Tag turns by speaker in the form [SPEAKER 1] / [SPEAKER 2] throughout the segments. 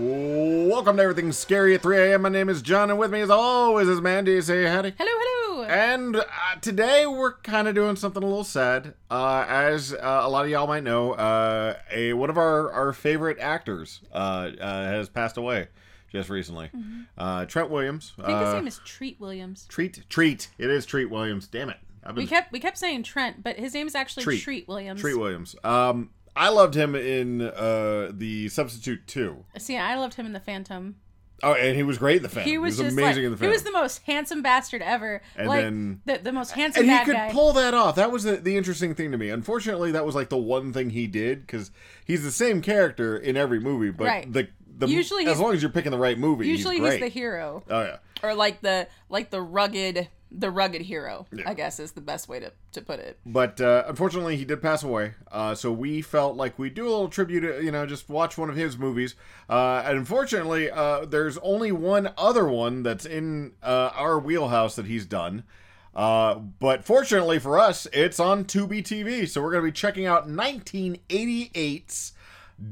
[SPEAKER 1] Welcome to Everything Scary at 3 a.m. My name is John, and with me, as always, is Mandy. Say howdy.
[SPEAKER 2] Hello, hello.
[SPEAKER 1] And uh, today we're kind of doing something a little sad. Uh, as uh, a lot of y'all might know, uh, a one of our, our favorite actors uh, uh, has passed away just recently. Uh, Trent Williams.
[SPEAKER 2] Mm-hmm. I think his
[SPEAKER 1] uh,
[SPEAKER 2] name is Treat Williams.
[SPEAKER 1] Treat. Treat. It is Treat Williams. Damn it. I've
[SPEAKER 2] We kept we kept saying Trent, but his name is actually
[SPEAKER 1] Treat.
[SPEAKER 2] Treat, Williams.
[SPEAKER 1] Treat Williams. Um, I loved him in uh, the Substitute 2.
[SPEAKER 2] See, I loved him in the Phantom.
[SPEAKER 1] Oh, and he was great in the film.
[SPEAKER 2] He was, just
[SPEAKER 1] amazing
[SPEAKER 2] like,
[SPEAKER 1] in the film.
[SPEAKER 2] He was the most handsome bastard ever.
[SPEAKER 1] And
[SPEAKER 2] like
[SPEAKER 1] then-
[SPEAKER 2] the, the most handsome
[SPEAKER 1] and he
[SPEAKER 2] bad
[SPEAKER 1] could
[SPEAKER 2] guy.
[SPEAKER 1] pull that off. That was the, the interesting thing to me. Unfortunately, that was like the one thing he did because he's the same character in every movie. But
[SPEAKER 2] Right.
[SPEAKER 1] the the
[SPEAKER 2] Usually
[SPEAKER 1] as
[SPEAKER 2] he's-
[SPEAKER 1] long as you're picking the right movie,
[SPEAKER 2] Usually
[SPEAKER 1] he's,
[SPEAKER 2] he's,
[SPEAKER 1] great.
[SPEAKER 2] the hero.
[SPEAKER 1] Oh yeah,
[SPEAKER 3] or like the like the rugged the rugged hero i guess is the best way to, to put it
[SPEAKER 1] but uh, unfortunately, he did pass away. Uh, so we felt like we would do a little tribute. uh, You know, just watch one of his movies. Uh, and unfortunately, uh, there's only one other one that's in uh, our wheelhouse that he's done. Uh, but fortunately for us, it's on Tubi TV, so we're going to be checking out 1988's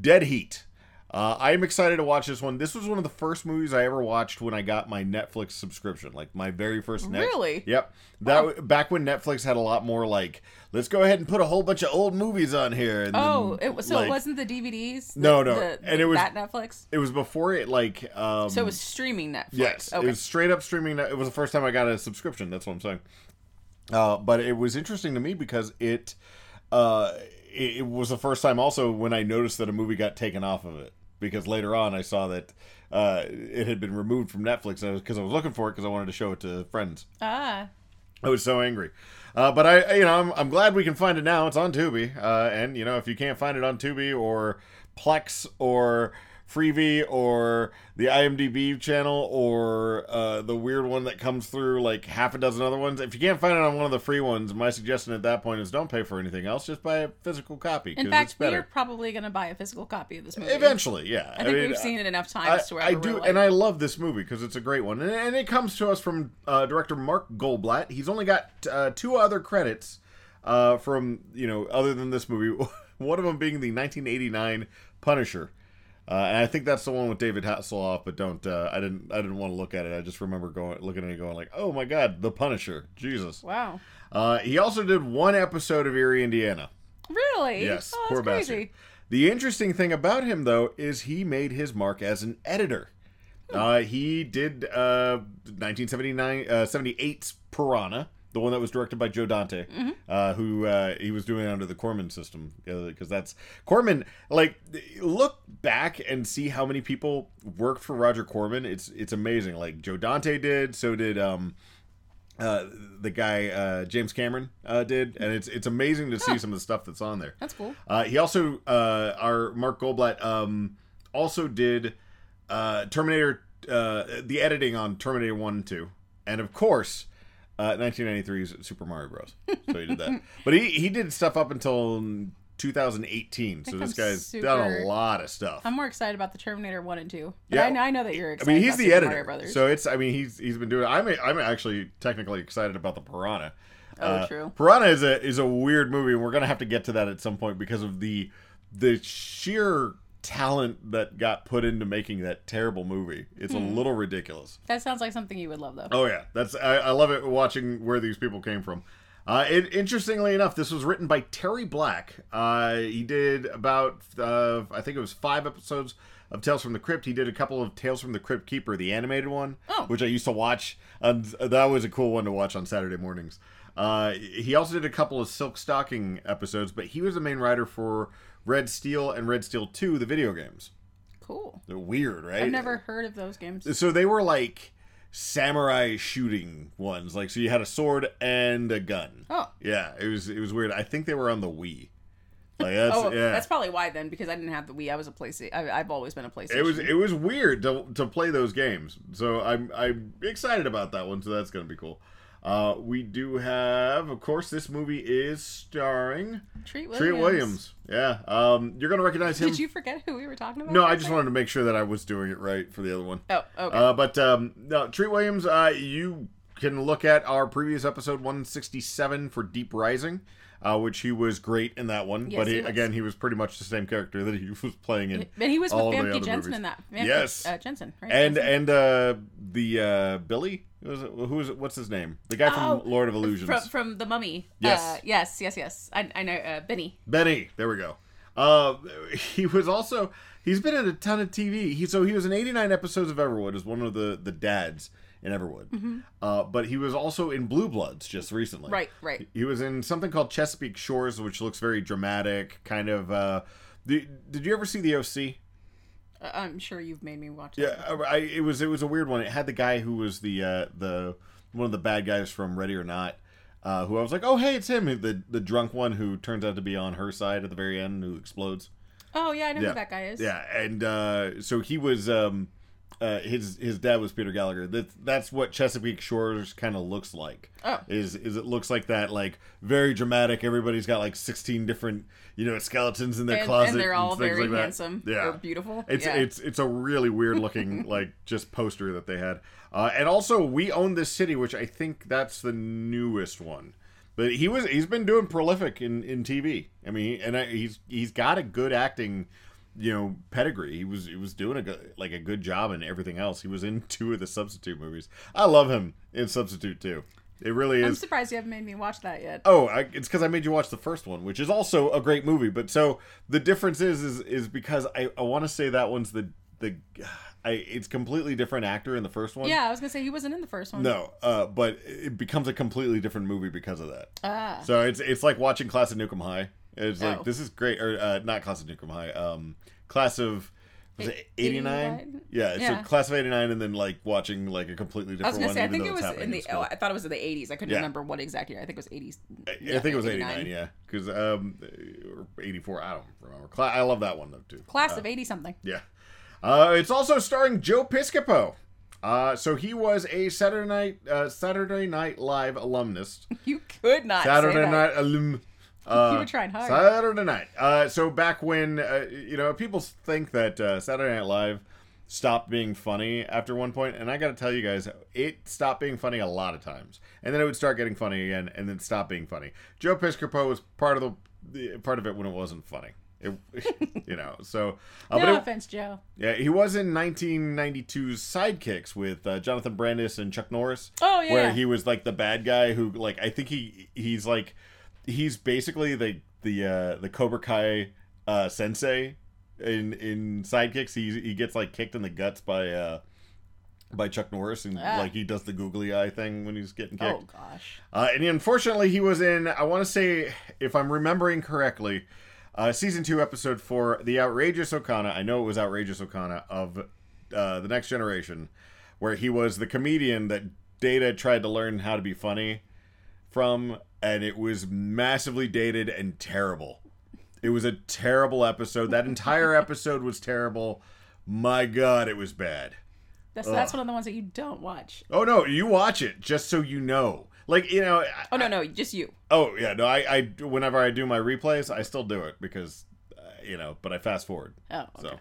[SPEAKER 1] Dead Heat. Uh, I am excited to watch this one. This was one of the first movies I ever watched when I got my Netflix subscription, like my very first. Net-
[SPEAKER 3] Really?
[SPEAKER 1] Yep. That
[SPEAKER 2] Oh.
[SPEAKER 1] w- back when Netflix had a lot more like, let's go ahead and put a whole bunch of old movies on here. And
[SPEAKER 2] Oh,
[SPEAKER 1] then,
[SPEAKER 2] it was so
[SPEAKER 1] Mm, like,
[SPEAKER 2] it wasn't the DVDs. The-
[SPEAKER 1] No, no.
[SPEAKER 2] the-
[SPEAKER 1] And it was-
[SPEAKER 2] that Netflix.
[SPEAKER 1] It was before it like. Um,
[SPEAKER 3] so it was streaming netflix
[SPEAKER 1] Yes,
[SPEAKER 3] okay
[SPEAKER 1] it was straight up streaming. It was the first time I got a subscription. That's what I'm saying. Uh, but it was interesting to me because it, uh, it, it was the first time also when I noticed that a movie got taken off of it because later on I saw that uh, it had been removed from Netflix because I was looking for it because I wanted to show it to friends.
[SPEAKER 2] Ah,
[SPEAKER 1] I was so angry. Uh, but I, I- you know, I'm, I'm glad we can find it now. It's on Tubi, uh, and you know, if you can't find it on Tubi or Plex or Freevee or the IMDb channel or uh, the weird one that comes through like half a dozen other ones, if you can't find it on one of the free ones, my suggestion at that point is don't pay for anything else. Just buy a physical copy
[SPEAKER 2] in
[SPEAKER 1] because it's
[SPEAKER 2] fact, we are
[SPEAKER 1] better.
[SPEAKER 2] probably going to buy a physical copy of this movie.
[SPEAKER 1] Eventually, yeah.
[SPEAKER 3] i think we've seen it enough times to where
[SPEAKER 1] I
[SPEAKER 3] we're
[SPEAKER 1] do,
[SPEAKER 3] like,
[SPEAKER 1] and I love this movie because it's a great one, and, and it comes to us from uh, director Mark Goldblatt. He's only got uh, two other credits uh, from you know other than this movie. one of them being the 1989 Punisher, uh, and I think that's the one with David Hasselhoff. But don't uh, I didn't I didn't want to look at it. I just remember going looking at it, going like, oh my god, the Punisher, Jesus.
[SPEAKER 2] Wow.
[SPEAKER 1] Uh, he also did one episode of Erie, Indiana.
[SPEAKER 2] Really?
[SPEAKER 1] Yes,
[SPEAKER 2] oh, that's
[SPEAKER 1] poor
[SPEAKER 2] crazy.
[SPEAKER 1] bastard. The interesting thing about him, though, is he made his mark as an editor. Uh, he did uh, 1979, uh, 78's Piranha, the one that was directed by Joe Dante, uh, who uh, he was doing under the Corman system, because that's Corman. Like, look back and see how many people worked for Roger Corman. It's it's amazing. Like Joe Dante did, so did um, uh, the guy uh, James Cameron uh, did, and it's it's amazing to see some of the stuff that's on there.
[SPEAKER 2] That's cool.
[SPEAKER 1] Uh, he also, uh, our Mark Goldblatt, um, also did uh, Terminator, uh, the editing on Terminator 1 and 2. And of course, uh, 1993's Super Mario Bros. So he did that. but he, he did stuff up until 2018. So
[SPEAKER 2] think
[SPEAKER 1] this
[SPEAKER 2] I'm
[SPEAKER 1] guy's done a
[SPEAKER 2] super-
[SPEAKER 1] lot of stuff.
[SPEAKER 2] I'm more excited about the Terminator One and Two. But
[SPEAKER 1] Yeah.
[SPEAKER 2] I, know, I know that you're
[SPEAKER 1] I
[SPEAKER 2] excited.
[SPEAKER 1] mean, he's
[SPEAKER 2] about
[SPEAKER 1] the
[SPEAKER 2] Super Mario
[SPEAKER 1] editor.
[SPEAKER 2] Brothers.
[SPEAKER 1] So it's, I mean, he's he's been doing. I'm I'm actually technically excited about the Piranha.
[SPEAKER 3] Oh,
[SPEAKER 1] uh,
[SPEAKER 3] true.
[SPEAKER 1] Piranha is a is a weird movie, and we're gonna have to get to that at some point because of the the sheer talent that got put into making that terrible movie. It's a little ridiculous.
[SPEAKER 2] that sounds like something you would love, though.
[SPEAKER 1] Oh yeah, that's I, I love it watching where these people came from. Uh, it, interestingly enough, this was written by Terry Black. Uh, he did about uh, I think it was five episodes of Tales from the Crypt. He did a couple of Tales from the Crypt Keeper, the animated one,
[SPEAKER 2] Oh.
[SPEAKER 1] which I used to watch. Um, that was a cool one to watch on Saturday mornings. Uh, he also did a couple of Silk Stocking episodes, but he was the main writer for Red Steel and Red Steel Two, the video games.
[SPEAKER 2] Cool.
[SPEAKER 1] They're weird, right?
[SPEAKER 2] I've never heard of those games.
[SPEAKER 1] so they were like samurai shooting ones like so you had a sword and a gun
[SPEAKER 2] Oh.
[SPEAKER 1] yeah it was it was weird i think they were on the wii like that's
[SPEAKER 3] oh
[SPEAKER 1] yeah
[SPEAKER 3] that's probably why then because i didn't have the wii i was a playstation I, i've always been a playstation
[SPEAKER 1] it was it was weird to, to play those games so i'm i'm excited about that one so that's gonna be cool uh we do have of course this movie is starring
[SPEAKER 2] Treat Williams.
[SPEAKER 1] treat williams yeah um you're gonna recognize him
[SPEAKER 2] Did you forget who we were talking about?
[SPEAKER 1] no
[SPEAKER 2] for a
[SPEAKER 1] i just
[SPEAKER 2] second?
[SPEAKER 1] wanted to make sure that i was doing it right for the other one
[SPEAKER 3] oh okay
[SPEAKER 1] Uh, but um, no, Treat Williams, uh, you can look at our previous episode 167 for Deep Rising. uh, which he was great in that one.
[SPEAKER 2] Yes,
[SPEAKER 1] but he,
[SPEAKER 2] he was.
[SPEAKER 1] again, he was pretty much the same character that he was playing in.
[SPEAKER 2] But he was with
[SPEAKER 1] all the other
[SPEAKER 2] Famke Jensen
[SPEAKER 1] movies.
[SPEAKER 2] in that. Famke,
[SPEAKER 1] Yes.
[SPEAKER 2] uh, Jensen. Right?
[SPEAKER 1] And
[SPEAKER 2] Jensen?
[SPEAKER 1] and uh, the uh, Billy, was it, who is it, what's his name? The guy from
[SPEAKER 2] Oh,
[SPEAKER 1] Lord of Illusions,
[SPEAKER 2] from from the Mummy.
[SPEAKER 1] Yes.
[SPEAKER 2] Uh, yes. Yes. Yes. I, I know. Uh, Benny.
[SPEAKER 1] Benny. There we go. Uh, he was also he's been in a ton of TV. He so he was in 89 episodes of Everwood as one of the the dads in Everwood.
[SPEAKER 2] Mm-hmm.
[SPEAKER 1] Uh, but he was also in Blue Bloods just recently.
[SPEAKER 3] Right, right.
[SPEAKER 1] He was in something called Chesapeake Shores, which looks very dramatic, kind of. Uh, the, did you ever see the OC?
[SPEAKER 2] Uh, I'm sure you've made me watch.
[SPEAKER 1] Yeah, I, I- it was it was a weird one. It had the guy who was the uh, the one of the bad guys from Ready or Not, uh, who I was like, oh hey, it's him, the the drunk one who turns out to be on her side at the very end, who explodes.
[SPEAKER 2] Oh yeah, I know
[SPEAKER 1] Yeah.
[SPEAKER 2] who that guy is.
[SPEAKER 1] Yeah, and uh, so he was. Um, uh, his his dad was Peter Gallagher. That that's what Chesapeake Shores kind of looks like.
[SPEAKER 2] Oh.
[SPEAKER 1] is is it looks like that like very dramatic. Everybody's got like sixteen different you know skeletons in their
[SPEAKER 2] And,
[SPEAKER 1] closet.
[SPEAKER 2] and they're all
[SPEAKER 1] things
[SPEAKER 2] very
[SPEAKER 1] like that.
[SPEAKER 2] handsome.
[SPEAKER 1] Yeah,
[SPEAKER 3] Or beautiful.
[SPEAKER 1] it's
[SPEAKER 3] yeah.
[SPEAKER 1] it's it's a really weird looking like just poster that they had, uh, and also we own this city, which I think that's the newest one. But he was he's been doing prolific in in TV. I mean, and I, he's he's got a good acting, you know, pedigree. He was he was doing a good, like a good job in everything else. He was in two of the substitute movies. I love him in Substitute too. It really
[SPEAKER 2] I'm
[SPEAKER 1] is
[SPEAKER 2] surprised you haven't made me watch that yet.
[SPEAKER 1] Oh, I, it's because I made you watch the first one, which is also a great movie. But so the difference is, is, is because I, I want to say that one's the the, I it's completely different actor in the first one.
[SPEAKER 2] Yeah, I was gonna say he wasn't in the first one.
[SPEAKER 1] No, uh, but it becomes a completely different movie because of that.
[SPEAKER 2] Ah.
[SPEAKER 1] So it's it's like watching Class of Nukem High. It's
[SPEAKER 2] Oh.
[SPEAKER 1] like this is great, or uh, not Class of Nukem High. Um, Class of was it
[SPEAKER 2] Eight-
[SPEAKER 1] eighty nine?
[SPEAKER 2] 89?
[SPEAKER 1] Yeah,
[SPEAKER 2] Yeah.
[SPEAKER 1] so Class of eighty nine, and then like watching like a completely different
[SPEAKER 3] I was gonna
[SPEAKER 1] one.
[SPEAKER 3] say I
[SPEAKER 1] even
[SPEAKER 3] think
[SPEAKER 1] though
[SPEAKER 3] it
[SPEAKER 1] it's
[SPEAKER 3] was
[SPEAKER 1] happening
[SPEAKER 3] in
[SPEAKER 1] in
[SPEAKER 3] the
[SPEAKER 1] school.
[SPEAKER 3] oh I thought it was in the 80s. I couldn't
[SPEAKER 1] Yeah.
[SPEAKER 3] remember what exact year. I think it was 80s.
[SPEAKER 1] I I think it was 89,
[SPEAKER 3] 89.
[SPEAKER 1] yeah. Because, um, or 84, I don't remember. Cla- I love that one, though, too.
[SPEAKER 2] Class of eighty something.
[SPEAKER 1] Yeah. Uh, it's also starring Joe Piscopo. Uh, so he was a Saturday Night, uh, Saturday Night Live alumnus.
[SPEAKER 3] You could not say
[SPEAKER 1] Saturday
[SPEAKER 3] that.
[SPEAKER 1] Night alum. Uh,
[SPEAKER 2] You were trying hard.
[SPEAKER 1] Saturday Night. Uh, so back when, uh, you know, people think that uh, Saturday Night Live stopped being funny after one point, and I got to tell you guys, it stopped being funny a lot of times, and then it would start getting funny again, and then stop being funny. Joe Piscopo was part of the, the part of it when it wasn't funny. It, you know, so uh,
[SPEAKER 2] no
[SPEAKER 1] it-
[SPEAKER 2] offense, Joe.
[SPEAKER 1] yeah, he was in 1992's Sidekicks with uh, Jonathan Brandis and Chuck Norris.
[SPEAKER 2] Oh, yeah.
[SPEAKER 1] where he was like the bad guy who like I think he he's like he's basically the the uh, the Cobra Kai uh, sensei in in Sidekicks. He he gets like kicked in the guts by uh, by Chuck Norris and
[SPEAKER 2] Ah.
[SPEAKER 1] like he does the googly eye thing when he's getting kicked.
[SPEAKER 2] Oh gosh.
[SPEAKER 1] Uh, and unfortunately, he was in, I want to say, if I'm remembering correctly, uh, season two, episode four, The Outrageous Okana. I know it was Outrageous Okana of uh, The Next Generation, where he was the comedian that Data tried to learn how to be funny from, and it was massively dated and terrible. It was a terrible episode. That entire episode was terrible. My God, it was bad.
[SPEAKER 2] That's that's one of the ones that you don't watch.
[SPEAKER 1] Oh no, you watch it just so you know. Like you know, I-
[SPEAKER 3] Oh no, no, just you.
[SPEAKER 1] Oh yeah, no, I, I whenever I do my replays, I still do it because uh, you know, but I fast forward.
[SPEAKER 2] Oh, okay.
[SPEAKER 1] So,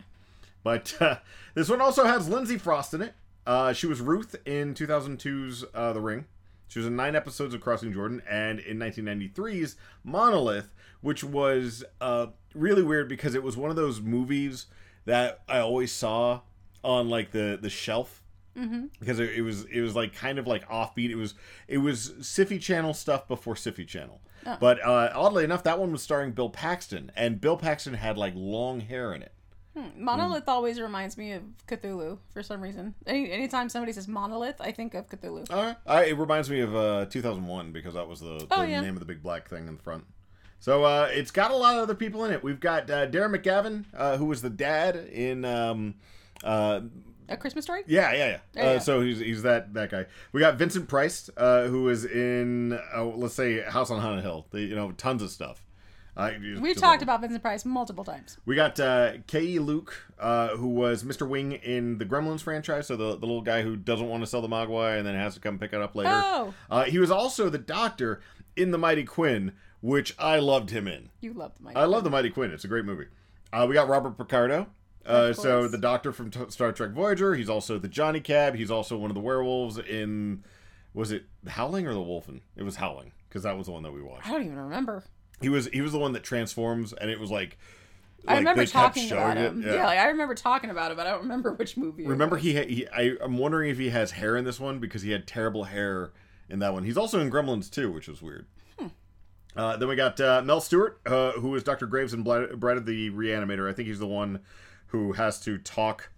[SPEAKER 1] but uh, this one also has Lindsay Frost in it. Uh, she was Ruth in 2002's uh, The Ring. She was in nine episodes of Crossing Jordan and in 1993's Monolith, which was uh, really weird because it was one of those movies that I always saw on like the the shelf because it, it was it was like kind of like offbeat. It was it was Siffy Channel stuff before Siffy Channel. But uh, oddly enough, that one was starring Bill Paxton, and Bill Paxton had like long hair in it.
[SPEAKER 2] Hmm,
[SPEAKER 1] Mm.
[SPEAKER 2] Monolith always reminds me of Cthulhu for some reason. Any, anytime somebody says monolith, I think of Cthulhu.
[SPEAKER 1] All right. I, it reminds me of uh, 2001 because that was the, the
[SPEAKER 2] Oh, yeah.
[SPEAKER 1] name of the big black thing in the front. So uh, it's got a lot of other people in it. We've got uh, Darren McGavin, uh, who was the dad in. Um, uh,
[SPEAKER 2] A Christmas story?
[SPEAKER 1] yeah, yeah, yeah.
[SPEAKER 2] Oh,
[SPEAKER 1] Uh,
[SPEAKER 2] yeah.
[SPEAKER 1] so he's, he's that that guy. We got Vincent Price, uh, who is in uh, let's say House on Haunted Hill. They- you know, tons of stuff. Uh,
[SPEAKER 2] We've talked about Vincent Price multiple times.
[SPEAKER 1] We got uh, K.E. Luke, uh, who was Mr. Wing in the Gremlins franchise, so the, the little guy who doesn't want to sell the Mogwai and then has to come pick it up later.
[SPEAKER 2] Oh.
[SPEAKER 1] Uh, he was also the doctor in The Mighty Quinn, which I loved him in.
[SPEAKER 2] You love the mic.
[SPEAKER 1] I love The Mighty Quinn. It's a great movie. Uh, we got Robert Picardo. Uh,
[SPEAKER 2] Of
[SPEAKER 1] so
[SPEAKER 2] course.
[SPEAKER 1] the doctor from T- Star Trek Voyager. He's also the Johnny Cab. He's also one of the werewolves in, was it Howling or The Wolfen? It was Howling, because that was the one that we watched.
[SPEAKER 2] I don't even remember.
[SPEAKER 1] He was he was the one that transforms, and it was like,
[SPEAKER 2] I
[SPEAKER 1] like,
[SPEAKER 2] remember
[SPEAKER 1] they kept
[SPEAKER 2] talking
[SPEAKER 1] showing
[SPEAKER 2] about him.
[SPEAKER 1] it.
[SPEAKER 2] Yeah, like, I remember talking about it, but I don't remember which movie. it
[SPEAKER 1] Remember,
[SPEAKER 2] was.
[SPEAKER 1] he, ha- he I, I'm wondering if he has hair in this one because he had terrible hair in that one. He's also in Gremlins too, which is weird. Uh, then we got uh, Mel Stewart, uh, who is Dr. Graves in Bli- Bride of the Reanimator. I think he's the one who has to talk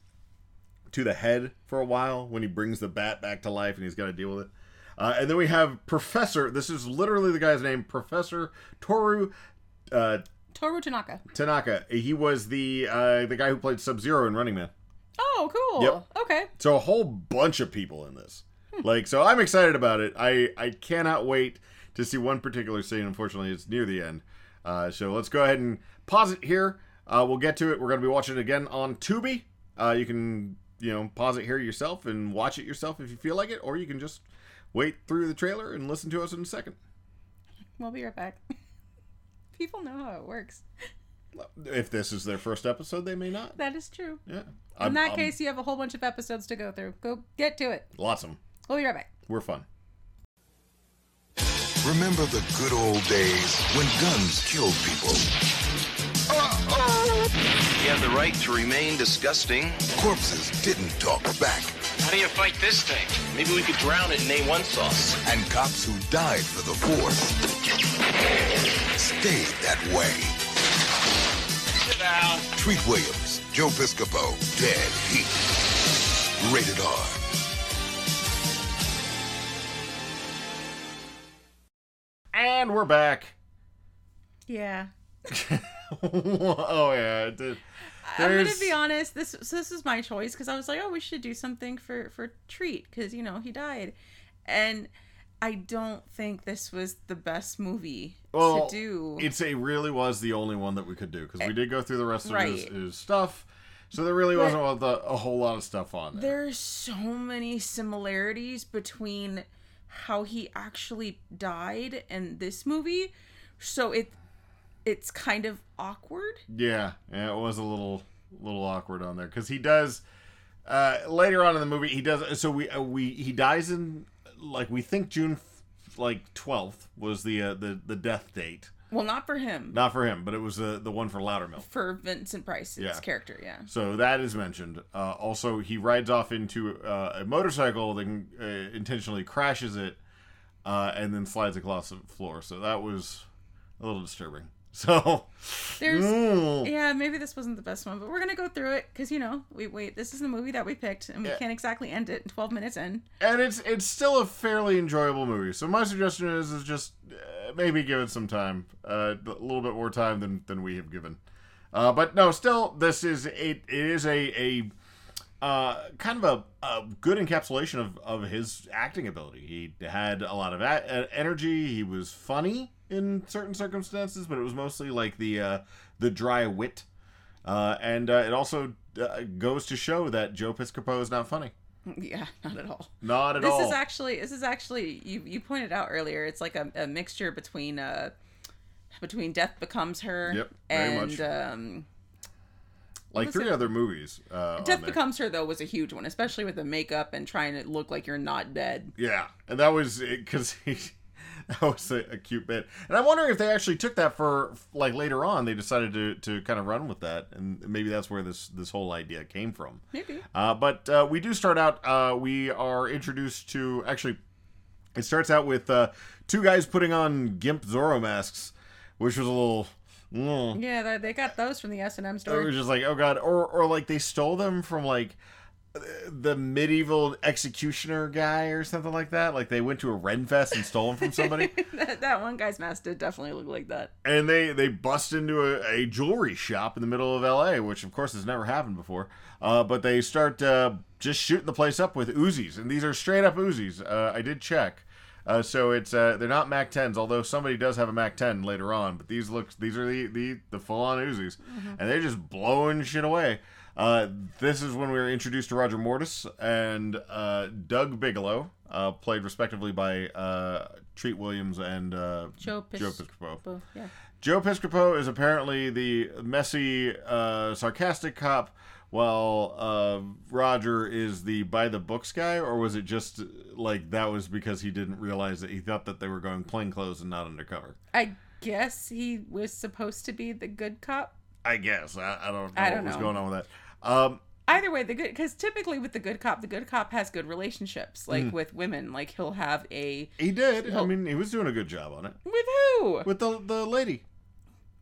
[SPEAKER 1] to the head for a while when he brings the bat back to life and he's got to deal with it. Uh, and then we have Professor. This is literally the guy's name, Professor Toru uh,
[SPEAKER 2] Toru Tanaka.
[SPEAKER 1] Tanaka. He was the uh, the guy who played Sub Zero in Running Man.
[SPEAKER 2] Oh, cool.
[SPEAKER 1] Yep.
[SPEAKER 2] Okay.
[SPEAKER 1] So a whole bunch of people in this. Like, so I'm excited about it. I I cannot wait to see one particular scene. Unfortunately, it's near the end. Uh, so let's go ahead and pause it here. Uh, we'll get to it. We're going to be watching it again on Tubi. Uh, you can you know pause it here yourself and watch it yourself if you feel like it, or you can just wait through the trailer and listen to us in a second.
[SPEAKER 2] We'll be right back. People know how it works.
[SPEAKER 1] If this is their first episode, they may not.
[SPEAKER 2] That is true.
[SPEAKER 1] Yeah.
[SPEAKER 2] In that case, you have a whole bunch of episodes to go through. Go get to it.
[SPEAKER 1] lots of them.
[SPEAKER 2] We'll be right back.
[SPEAKER 1] We're fun.
[SPEAKER 4] Remember the good old days when guns killed people,
[SPEAKER 5] You have the right to remain disgusting.
[SPEAKER 4] corpses didn't talk back,
[SPEAKER 5] How do you fight this thing? Maybe we could drown it in A1 sauce.
[SPEAKER 4] and cops who died for the force stayed that way.
[SPEAKER 5] Sit down.
[SPEAKER 4] Treat Williams, Joe Piscopo, Dead Heat. Rated R.
[SPEAKER 1] And we're back.
[SPEAKER 2] Yeah.
[SPEAKER 1] oh yeah, it did.
[SPEAKER 2] I'm
[SPEAKER 1] There's-
[SPEAKER 2] gonna be honest. This so this is my choice because I was like, oh, we should do something for for treat because you know he died, and I don't think this was the best movie
[SPEAKER 1] Well,
[SPEAKER 2] to do. Eh,
[SPEAKER 1] It's a really was the only one that we could do because we did go through the rest of his,
[SPEAKER 2] Right.
[SPEAKER 1] his stuff, so there really wasn't a, the, a whole lot of stuff on there.
[SPEAKER 2] There's so many similarities between how he actually died and this movie, so it it's kind of awkward.
[SPEAKER 1] Yeah, yeah, it was a little little awkward on there because he does uh, later on in the movie he does so we uh, we he dies in like we think June f- like twelfth was the uh, the the death date.
[SPEAKER 2] Well, not for him,
[SPEAKER 1] Not for him, but it was uh, the the one for Loudermilk.
[SPEAKER 2] for Vincent Price's
[SPEAKER 1] Yeah.
[SPEAKER 2] character. Yeah.
[SPEAKER 1] So that is mentioned. Uh, also, he rides off into uh, a motorcycle, then uh, intentionally crashes it, uh, and then slides across the floor. So that was a little disturbing. So,
[SPEAKER 2] There's
[SPEAKER 1] Mm.
[SPEAKER 2] Yeah, maybe this wasn't the best one, but we're gonna go through it because you know we wait. This is the movie that we picked, and we
[SPEAKER 1] Yeah.
[SPEAKER 2] can't exactly end it 12 minutes in.
[SPEAKER 1] and it's it's still a fairly enjoyable movie. So my suggestion is is just uh, maybe give it some time, uh, a little bit more time than than we have given. Uh, but no, still, this is it. It is a a uh, kind of a, a good encapsulation of, of his acting ability. He had a lot of a- e- energy. He was funny in certain circumstances, but it was mostly like the uh, the dry wit. Uh, and uh, it also uh, goes to show that Joe Piscopo is not funny.
[SPEAKER 2] Yeah, not at all.
[SPEAKER 1] Not at
[SPEAKER 2] This
[SPEAKER 1] all.
[SPEAKER 2] is actually this is actually you you pointed out earlier. It's like a, a mixture between uh between Death Becomes Her
[SPEAKER 1] Yep, very
[SPEAKER 2] and
[SPEAKER 1] much.
[SPEAKER 2] um
[SPEAKER 1] like
[SPEAKER 2] was
[SPEAKER 1] three
[SPEAKER 2] it?
[SPEAKER 1] other movies. Uh, on
[SPEAKER 2] Death
[SPEAKER 1] there.
[SPEAKER 2] Becomes Her though was a huge one, especially with the makeup and trying to look like you're not dead.
[SPEAKER 1] Yeah, and that was because he. That was a, a cute bit, and I'm wondering if they actually took that for like later on. They decided to, to kind of run with that, and maybe that's where this this whole idea came from.
[SPEAKER 2] Maybe.
[SPEAKER 1] Uh, but uh, we do start out. Uh, we are introduced to actually. It starts out with uh, two guys putting on gimp Zorro masks, which was a little. mm.
[SPEAKER 2] Yeah, they, they got those from the S and M
[SPEAKER 1] It was
[SPEAKER 2] store.
[SPEAKER 1] just like, oh god, or or like they stole them from like the medieval executioner guy or something like that. Like they went to a Ren Fest and stole them from somebody,
[SPEAKER 2] that, that one guy's mask did definitely look like that.
[SPEAKER 1] and they they bust into a, a jewelry shop in the middle of L.A., which of course has never happened before. Uh, but they start uh, just shooting the place up with Uzis, and these are straight up Uzis. Uh, I did check. Uh, so it's uh, they're not Mac 10s, although somebody does have a Mac 10 later on. But these look these are the the, the full on Uzis, and they're just blowing shit away. Uh, this is when we were introduced to Roger Mortis and uh, Doug Bigelow, uh, played respectively by uh, Treat Williams and uh,
[SPEAKER 2] Joe
[SPEAKER 1] Piscopo.
[SPEAKER 2] But, yeah.
[SPEAKER 1] Joe Piscopo is apparently the messy, uh, sarcastic cop, while uh, Roger is the by the books guy. Or was it just like that was because he didn't realize that he thought that they were going plainclothes and not undercover?
[SPEAKER 2] I guess he was supposed to be the good cop.
[SPEAKER 1] I guess. I, I don't know
[SPEAKER 2] I
[SPEAKER 1] what
[SPEAKER 2] don't
[SPEAKER 1] was
[SPEAKER 2] know.
[SPEAKER 1] going on with that. Um,
[SPEAKER 2] Either way, the good because typically with the good cop, the good cop has good relationships,
[SPEAKER 1] Mm.
[SPEAKER 2] like with women. Like he'll have a
[SPEAKER 1] he did. I mean, he was doing a good job on it
[SPEAKER 2] with who
[SPEAKER 1] with the the lady,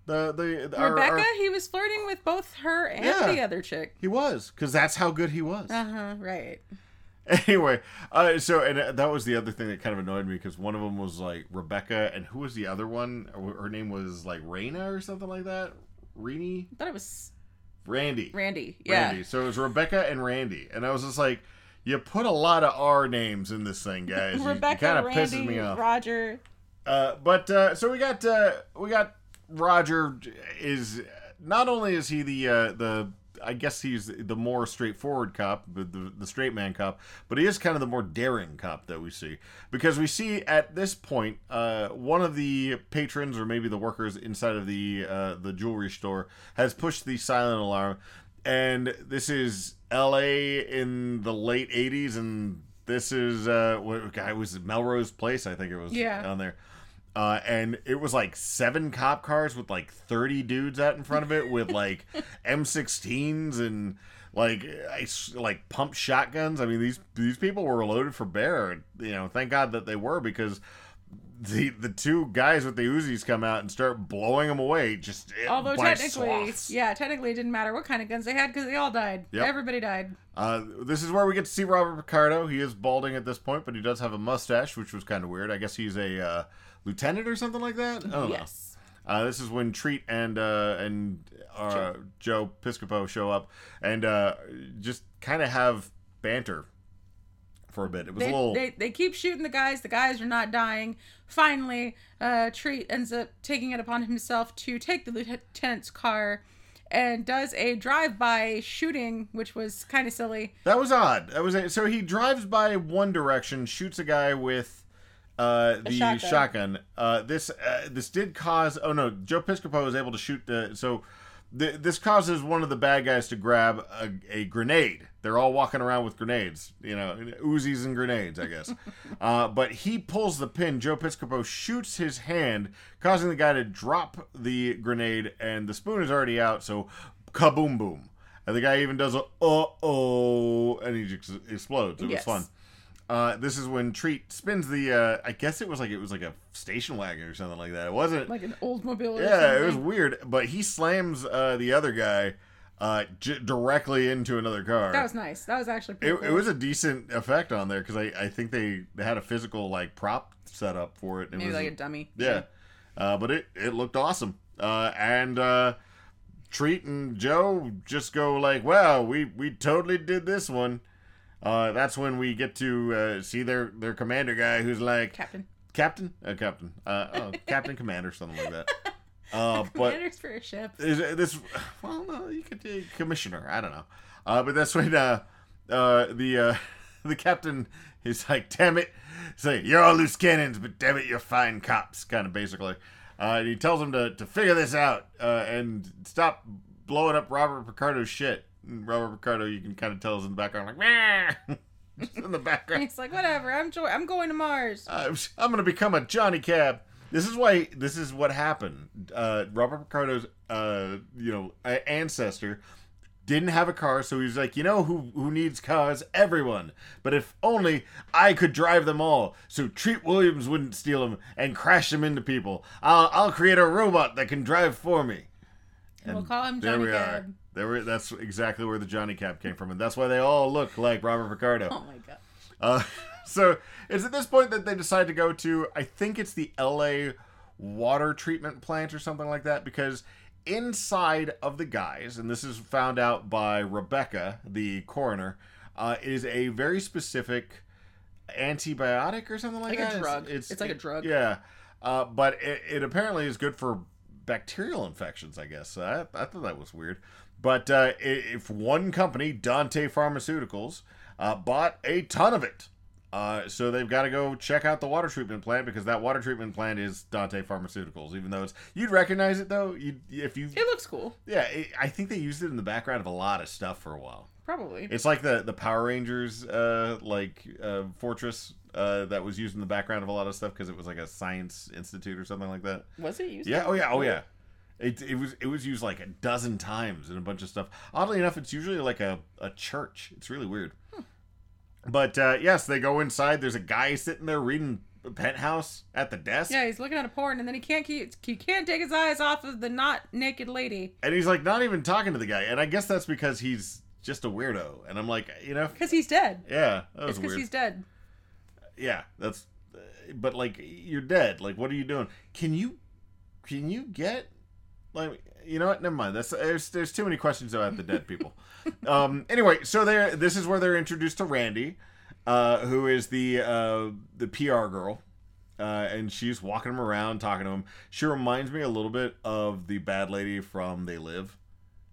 [SPEAKER 1] the the, the our-
[SPEAKER 2] Rebecca.
[SPEAKER 1] our-
[SPEAKER 2] He was flirting with both her and
[SPEAKER 1] Yeah.
[SPEAKER 2] the other chick.
[SPEAKER 1] he was because that's how good he was.
[SPEAKER 2] Uh huh. Right.
[SPEAKER 1] anyway, uh, so and uh, that was the other thing that kind of annoyed me because one of them was like Rebecca, and who was the other one? Her her name was like Raina or something like that. Rini,
[SPEAKER 2] I thought it was
[SPEAKER 1] Randy,
[SPEAKER 2] Randy. Yeah.
[SPEAKER 1] Randy. So it was Rebecca and Randy, and I was just like, you put a lot of R names in this thing, guys. You-
[SPEAKER 3] Rebecca,
[SPEAKER 1] you kind of
[SPEAKER 3] Randy,
[SPEAKER 1] pisses me off.
[SPEAKER 3] Roger.
[SPEAKER 1] Uh, but uh, so we got uh, we got Roger is not only is he the uh, the I guess he's the more straightforward cop, the, the the straight man cop, but he is kind of the more daring cop that we see because we see at this point uh, one of the patrons or maybe the workers inside of the uh, the jewelry store has pushed the silent alarm, and this is L.A. in the late '80s, and this is uh, what guy was it Melrose Place, I think it was
[SPEAKER 2] Yeah.
[SPEAKER 1] down there. Uh, and it was like seven cop cars with like 30 dudes out in front of it with like M16s and like I s like pump shotguns. I mean these these people were loaded for bear. You know, thank God that they were because the the two guys with the Uzis come out and start blowing them away. Just eh,
[SPEAKER 2] Although
[SPEAKER 1] by
[SPEAKER 2] technically,
[SPEAKER 1] swaths.
[SPEAKER 2] yeah, technically it didn't matter what kind of guns they had because they all died.
[SPEAKER 1] Yep.
[SPEAKER 2] Everybody died.
[SPEAKER 1] Uh, this is where we get to see Robert Picardo. He is balding at this point, but he does have a mustache, which was kind of weird. I guess he's a uh, lieutenant or something like that. I don't know.
[SPEAKER 3] Yes.
[SPEAKER 1] Uh, this is when Treat and uh, and uh, Joe Piscopo show up and uh, just kind of have banter for a bit. It was
[SPEAKER 2] They,
[SPEAKER 1] a little
[SPEAKER 2] they, they keep shooting the guys. The guys are not dying. Finally, uh, Treat ends up taking it upon himself to take the lieutenant's car and does a drive-by shooting, which was kind of silly.
[SPEAKER 1] that was odd. That was so he drives by one direction, shoots a guy with uh, the shotgun.
[SPEAKER 3] shotgun.
[SPEAKER 1] Uh, this uh, this did cause. Oh no, Joe Piscopo is able to shoot. The, so th- this causes one of the bad guys to grab a, a grenade. They're all walking around with grenades, you know, Uzis and grenades, I guess. uh, but he pulls the pin. Joe Piscopo shoots his hand, causing the guy to drop the grenade, and the spoon is already out. So kaboom, boom. And the guy even does a uh oh, and he just explodes. It
[SPEAKER 2] Yes.
[SPEAKER 1] was fun. Uh, this is when Treat spins the. Uh, I guess it was like it was like a station wagon or something like that. It wasn't
[SPEAKER 2] Like an old mobile.
[SPEAKER 1] yeah, it was weird, but he slams uh, the other guy uh, j- directly into another car.
[SPEAKER 2] That was nice. That was actually pretty
[SPEAKER 1] it,
[SPEAKER 2] cool.
[SPEAKER 1] it was a decent effect on there because I, I think they, they had a physical like prop set up for it. It
[SPEAKER 2] maybe
[SPEAKER 1] was-
[SPEAKER 2] like a dummy.
[SPEAKER 1] yeah, uh, but it it looked awesome. Uh, and uh, Treat and Joe just go like, "Wow, we we totally did this one." Uh, that's when we get to uh, see their their commander guy who's like
[SPEAKER 2] Captain.
[SPEAKER 1] captain, uh, captain, uh, oh, captain commander, something like that. Uh, but
[SPEAKER 2] Commanders for a ship.
[SPEAKER 1] is it- this well no you could do commissioner i don't know uh, but that's when uh, uh, the uh, the captain is like damn it he's like you're all loose cannons but damn it you're fine cops kind of basically uh, and he tells him to, to figure this out uh, and stop blowing up robert picardo's shit And robert picardo you can kind of tell is in the background like "Meh," just in the background
[SPEAKER 2] It's like whatever. I'm jo- I'm going to Mars.
[SPEAKER 1] I'm, I'm gonna become a Johnny Cab. This is why. This is what happened. Uh, Robert Picardo's, uh, you know, a- ancestor didn't have a car, so he was like, you know, who who needs cars? Everyone. But if only I could drive them all, so Treat Williams wouldn't steal them and crash them into people. I'll I'll create a robot that can drive for me.
[SPEAKER 2] And we'll call him
[SPEAKER 1] There
[SPEAKER 2] Johnny
[SPEAKER 1] we are.
[SPEAKER 2] Cab.
[SPEAKER 1] There we, that's exactly where the Johnny Cab came from, and that's why they all look like Robert Picardo.
[SPEAKER 2] Oh my god.
[SPEAKER 1] Uh, so it's at this point that they decide to go to, I think it's the LA water treatment plant or something like that, because inside of the guys, and this is found out by Rebecca, the coroner, uh, is a very specific antibiotic or something like,
[SPEAKER 3] Like a
[SPEAKER 1] that.
[SPEAKER 3] drug. It's like a drug.
[SPEAKER 1] Yeah. Uh, but it, it apparently is good for bacterial infections, I guess. I, I thought that was weird. But uh, i- if one company, Dante Pharmaceuticals, uh, bought a ton of it. Uh, so they've got to go check out the water treatment plant because that water treatment plant is Dante Pharmaceuticals. Even though it's you'd recognize it though, you if you
[SPEAKER 3] It looks cool.
[SPEAKER 1] yeah, it, I think they used it in the background of a lot of stuff for a while.
[SPEAKER 3] Probably.
[SPEAKER 1] It's like the the Power Rangers uh like uh fortress uh, that was used in the background of a lot of stuff because it was like a science institute or something like that.
[SPEAKER 3] Was it used?
[SPEAKER 1] Yeah. Oh yeah. Oh yeah. It, it was it was used like a dozen times in a bunch of stuff. Oddly enough, it's usually like a, a church. It's really weird. But uh, yes, they go inside. There's a guy sitting there reading Penthouse at the desk,
[SPEAKER 2] Yeah, he's looking at a porn, and then he can't keep he can't take his eyes off of the not naked lady
[SPEAKER 1] and he's like not even talking to the guy. And I guess that's because he's just a weirdo. And I'm like, you know,
[SPEAKER 2] because he's dead.
[SPEAKER 1] yeah, that was
[SPEAKER 2] It's because
[SPEAKER 1] weird.
[SPEAKER 2] he's dead.
[SPEAKER 1] yeah that's uh, but like you're dead like what are you doing can you can you get like you know what never mind that's there's, there's too many questions about the dead people um anyway so they're this is where they're introduced to randy uh who is the uh the pr girl uh, and she's walking him around, talking to him. She reminds me a little bit of the bad lady from They Live.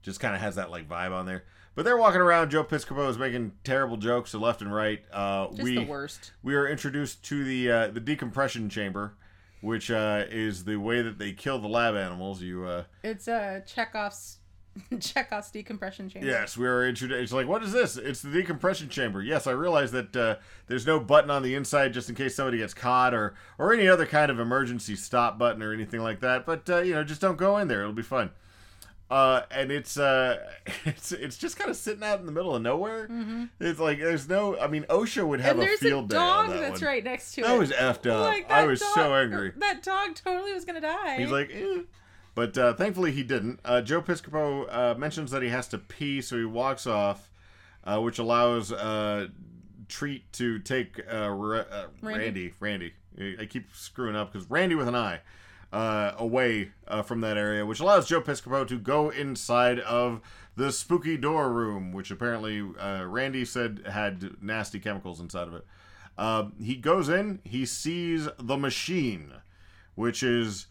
[SPEAKER 1] Just kind of has that like vibe on there. But they're walking around. Joe Piscopo is making terrible jokes to left and right. Uh,
[SPEAKER 3] Just
[SPEAKER 1] we
[SPEAKER 3] the worst.
[SPEAKER 1] we are introduced to the uh, the decompression chamber, which uh, is the way that they kill the lab animals. You uh,
[SPEAKER 2] It's uh, Chekhov's Chekhov's decompression chamber.
[SPEAKER 1] yes, we are introduced. It's like what is this? It's the decompression chamber. Yes, I realize that uh, there's no button on the inside just in case somebody gets caught or or any other kind of emergency stop button or anything like that. But uh, you know, just don't go in there. It'll be fun. Uh, and it's uh, it's it's just kind of sitting out in the middle of nowhere. It's like there's no. I mean, OSHA would have
[SPEAKER 2] Mm-hmm. and
[SPEAKER 1] a
[SPEAKER 2] there's a,
[SPEAKER 1] field day. on
[SPEAKER 2] dog
[SPEAKER 1] that
[SPEAKER 2] that's
[SPEAKER 1] one.
[SPEAKER 2] right next to it.
[SPEAKER 1] That was effed up.
[SPEAKER 2] Like,
[SPEAKER 1] I
[SPEAKER 2] that
[SPEAKER 1] was
[SPEAKER 2] dog-
[SPEAKER 1] so angry.
[SPEAKER 2] That dog totally was gonna die.
[SPEAKER 1] He's like, eh. but uh, thankfully he didn't. Uh, Joe Piscopo uh, mentions that he has to pee, so he walks off, uh, which allows uh, Treat to take uh, Ra- uh, Randy.
[SPEAKER 2] Randy.
[SPEAKER 1] Randy. I keep screwing up because Randy with an I. Uh, away uh, from that area, which allows Joe Piscopo to go inside of the spooky door room, which apparently uh, Randy said had nasty chemicals inside of it. Uh, he goes in, he sees the machine, which is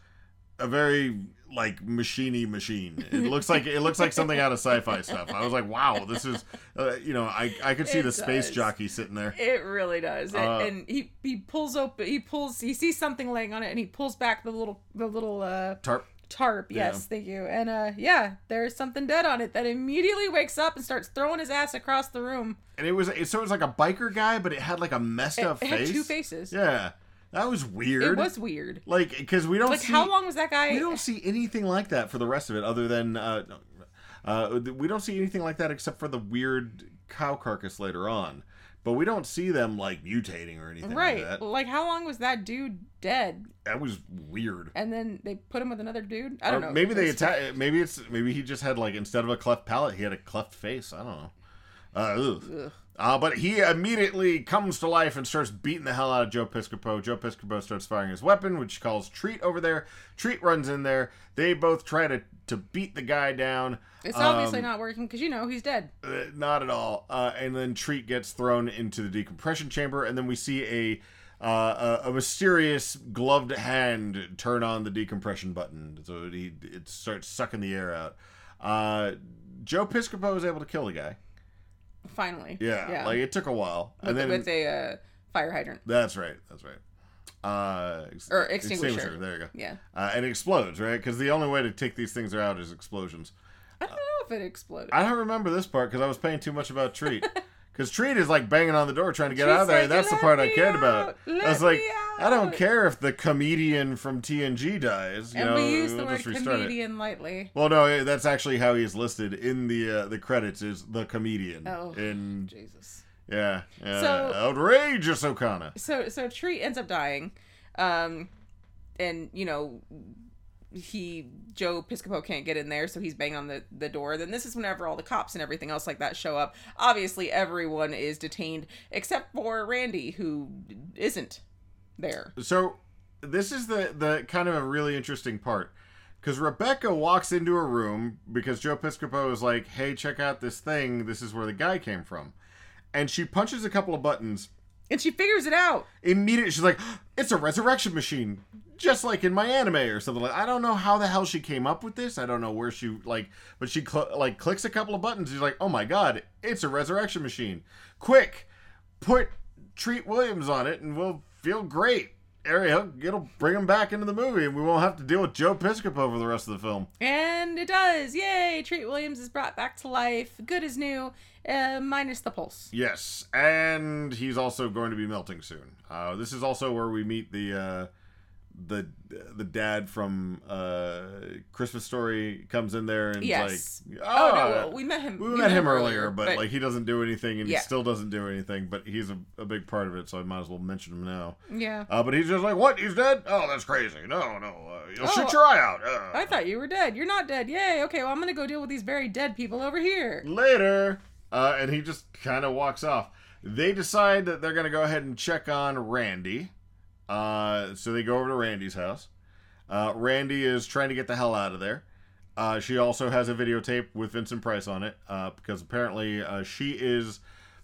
[SPEAKER 1] a very like machiney machine. It looks like it looks like something out of sci-fi stuff. I was like, wow, this is uh, you know I I could see
[SPEAKER 3] It
[SPEAKER 1] the space
[SPEAKER 3] does.
[SPEAKER 1] jockey sitting there.
[SPEAKER 3] It really does. It-
[SPEAKER 1] Uh,
[SPEAKER 3] and he
[SPEAKER 2] he pulls open. He pulls. He sees something laying on it, and he pulls back the little the little uh,
[SPEAKER 1] Tarp.
[SPEAKER 2] tarp.
[SPEAKER 1] Yeah.
[SPEAKER 2] Yes, thank you. And uh, yeah, there's something dead on it that immediately wakes up and starts throwing his ass across the room.
[SPEAKER 1] And it was it, so it was like a biker guy, but it had like a messed up
[SPEAKER 2] it had
[SPEAKER 1] face.
[SPEAKER 2] two faces.
[SPEAKER 1] Yeah, that was weird.
[SPEAKER 2] It was weird.
[SPEAKER 1] like because we don't
[SPEAKER 2] Like,
[SPEAKER 1] see,
[SPEAKER 2] how long was that guy?
[SPEAKER 1] we don't see anything like that for the rest of it, other than uh, no, uh, we don't see anything like that except for the weird cow carcass later on. But we don't see them like mutating or anything
[SPEAKER 2] Right.
[SPEAKER 1] like that.
[SPEAKER 2] Like, how long was that dude dead?
[SPEAKER 1] That was weird.
[SPEAKER 2] And then they put him with another dude? I don't
[SPEAKER 1] Or
[SPEAKER 2] know.
[SPEAKER 1] Maybe they
[SPEAKER 2] It's-
[SPEAKER 1] attack. Maybe it's maybe he just had like instead of a cleft palate, he had a cleft face. I don't know. Uh, ugh. Uh, but he immediately comes to life and starts beating the hell out of Joe Piscopo. Joe Piscopo starts firing his weapon, which he calls Treat over there. Treat runs in there. They both try to, to beat the guy down.
[SPEAKER 2] It's
[SPEAKER 1] Um,
[SPEAKER 2] obviously not working because, you know, he's dead.
[SPEAKER 1] uh, not at all. Uh, and then Treat gets thrown into the decompression chamber, and then we see a uh, a, a mysterious gloved hand turn on the decompression button, so he it starts sucking the air out. Uh, Joe Piscopo is able to kill the guy.
[SPEAKER 2] Finally.
[SPEAKER 1] Yeah, like it took a while,
[SPEAKER 2] with,
[SPEAKER 1] and then
[SPEAKER 2] with a uh, fire hydrant.
[SPEAKER 1] that's right, that's right. Uh, ex-
[SPEAKER 3] Or extinguisher.
[SPEAKER 1] There you go.
[SPEAKER 2] Yeah.
[SPEAKER 1] Uh, and it explodes, right? Because the only way to take these things out is explosions.
[SPEAKER 2] I don't know if it exploded.
[SPEAKER 1] Uh, I don't remember this part because I was paying too much about Treat. Because Treat is like banging on the door trying to get out of
[SPEAKER 2] She's
[SPEAKER 1] there.
[SPEAKER 2] like,
[SPEAKER 1] That's the
[SPEAKER 2] "Let
[SPEAKER 1] part I
[SPEAKER 2] me
[SPEAKER 1] cared about.
[SPEAKER 2] out!
[SPEAKER 1] I was
[SPEAKER 2] Let
[SPEAKER 1] like,
[SPEAKER 2] me
[SPEAKER 1] I don't
[SPEAKER 2] out!"
[SPEAKER 1] care if the comedian from TNG dies. You
[SPEAKER 2] and
[SPEAKER 1] know,
[SPEAKER 2] we use the
[SPEAKER 1] we'll
[SPEAKER 2] word
[SPEAKER 1] just restart it.
[SPEAKER 2] comedian lightly.
[SPEAKER 1] Well, no, that's actually how he's listed in the uh, the credits is the comedian.
[SPEAKER 2] Oh.
[SPEAKER 1] And
[SPEAKER 2] Jesus.
[SPEAKER 1] yeah, yeah
[SPEAKER 2] So-
[SPEAKER 1] outrageous O'Connor.
[SPEAKER 3] so so Tree ends up dying, um, and you know he Joe Piscopo can't get in there, so he's banging on the the door. Then this is whenever all the cops and everything else like that show up. Obviously, everyone is detained except for Randy, who isn't there.
[SPEAKER 1] So this is the the kind of a really interesting part because Rebecca walks into a room because Joe Piscopo is like, "Hey, check out this thing. This is where the guy came from," and she punches a couple of buttons.
[SPEAKER 2] And she figures it out.
[SPEAKER 1] Immediately, she's like, "It's a resurrection machine." Just like in my anime or something like, I don't know how the hell she came up with this. I don't know where she like, but she cl- like clicks a couple of buttons. She's like, "Oh my god, it's a resurrection machine!" Quick, put Treat Williams on it, and we'll feel great. Harry Hook, it'll bring him back into the movie, and we won't have to deal with Joe Piscopo for the rest of the film.
[SPEAKER 2] And it does. Yay! Treat Williams is brought back to life. Good as new, uh, minus the pulse.
[SPEAKER 1] Yes, and he's also going to be melting soon. Uh, this is also where we meet the uh, the the dad from uh, Christmas Story comes in there and
[SPEAKER 3] Yes.
[SPEAKER 1] like,
[SPEAKER 3] Oh,
[SPEAKER 1] "Ah,
[SPEAKER 3] no, well, we met him.
[SPEAKER 1] we met him earlier, but, like he doesn't do anything, and
[SPEAKER 3] Yeah.
[SPEAKER 1] he still doesn't do anything. But he's a, a big part of it, so I might as well mention him now.
[SPEAKER 2] Yeah.
[SPEAKER 1] Uh, but he's just like, "What? He's dead? Oh, that's crazy! No, no, uh, you'll
[SPEAKER 2] Oh,
[SPEAKER 1] shoot your eye out." Uh.
[SPEAKER 2] I thought you were dead. You're not dead. Yay! Okay, well I'm gonna go deal with these very dead people over here.
[SPEAKER 1] later uh, and he just kind of walks off they decide that they're going to go ahead and check on randy uh, so they go over to randy's house uh, randy is trying to get the hell out of there uh, she also has a videotape with vincent price on it uh, because apparently uh, she is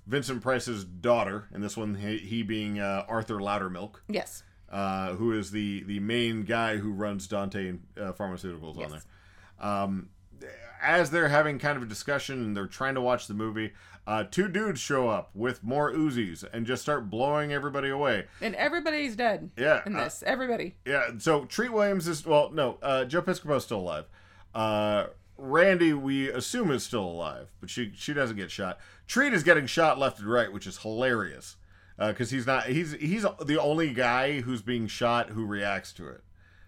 [SPEAKER 1] vincent price's daughter and this one he, he being uh, arthur loudermilk
[SPEAKER 2] Yes.
[SPEAKER 1] uh, who is the the main guy who runs Dante and uh, Pharmaceuticals on there.
[SPEAKER 3] Yes.
[SPEAKER 1] Um, as they're having kind of a discussion and they're trying to watch the movie, uh, two dudes show up with more Uzis and just start blowing everybody away.
[SPEAKER 2] And everybody's dead.
[SPEAKER 1] Yeah,
[SPEAKER 2] In
[SPEAKER 1] uh,
[SPEAKER 2] this, everybody.
[SPEAKER 1] Yeah, so Treat Williams is well, no, uh, Joe Piscopo's still alive. Uh, Randy, we assume is still alive, but she she doesn't get shot. Treat is getting shot left and right, which is hilarious because he's not he's he's the only guy who's being shot who reacts to it.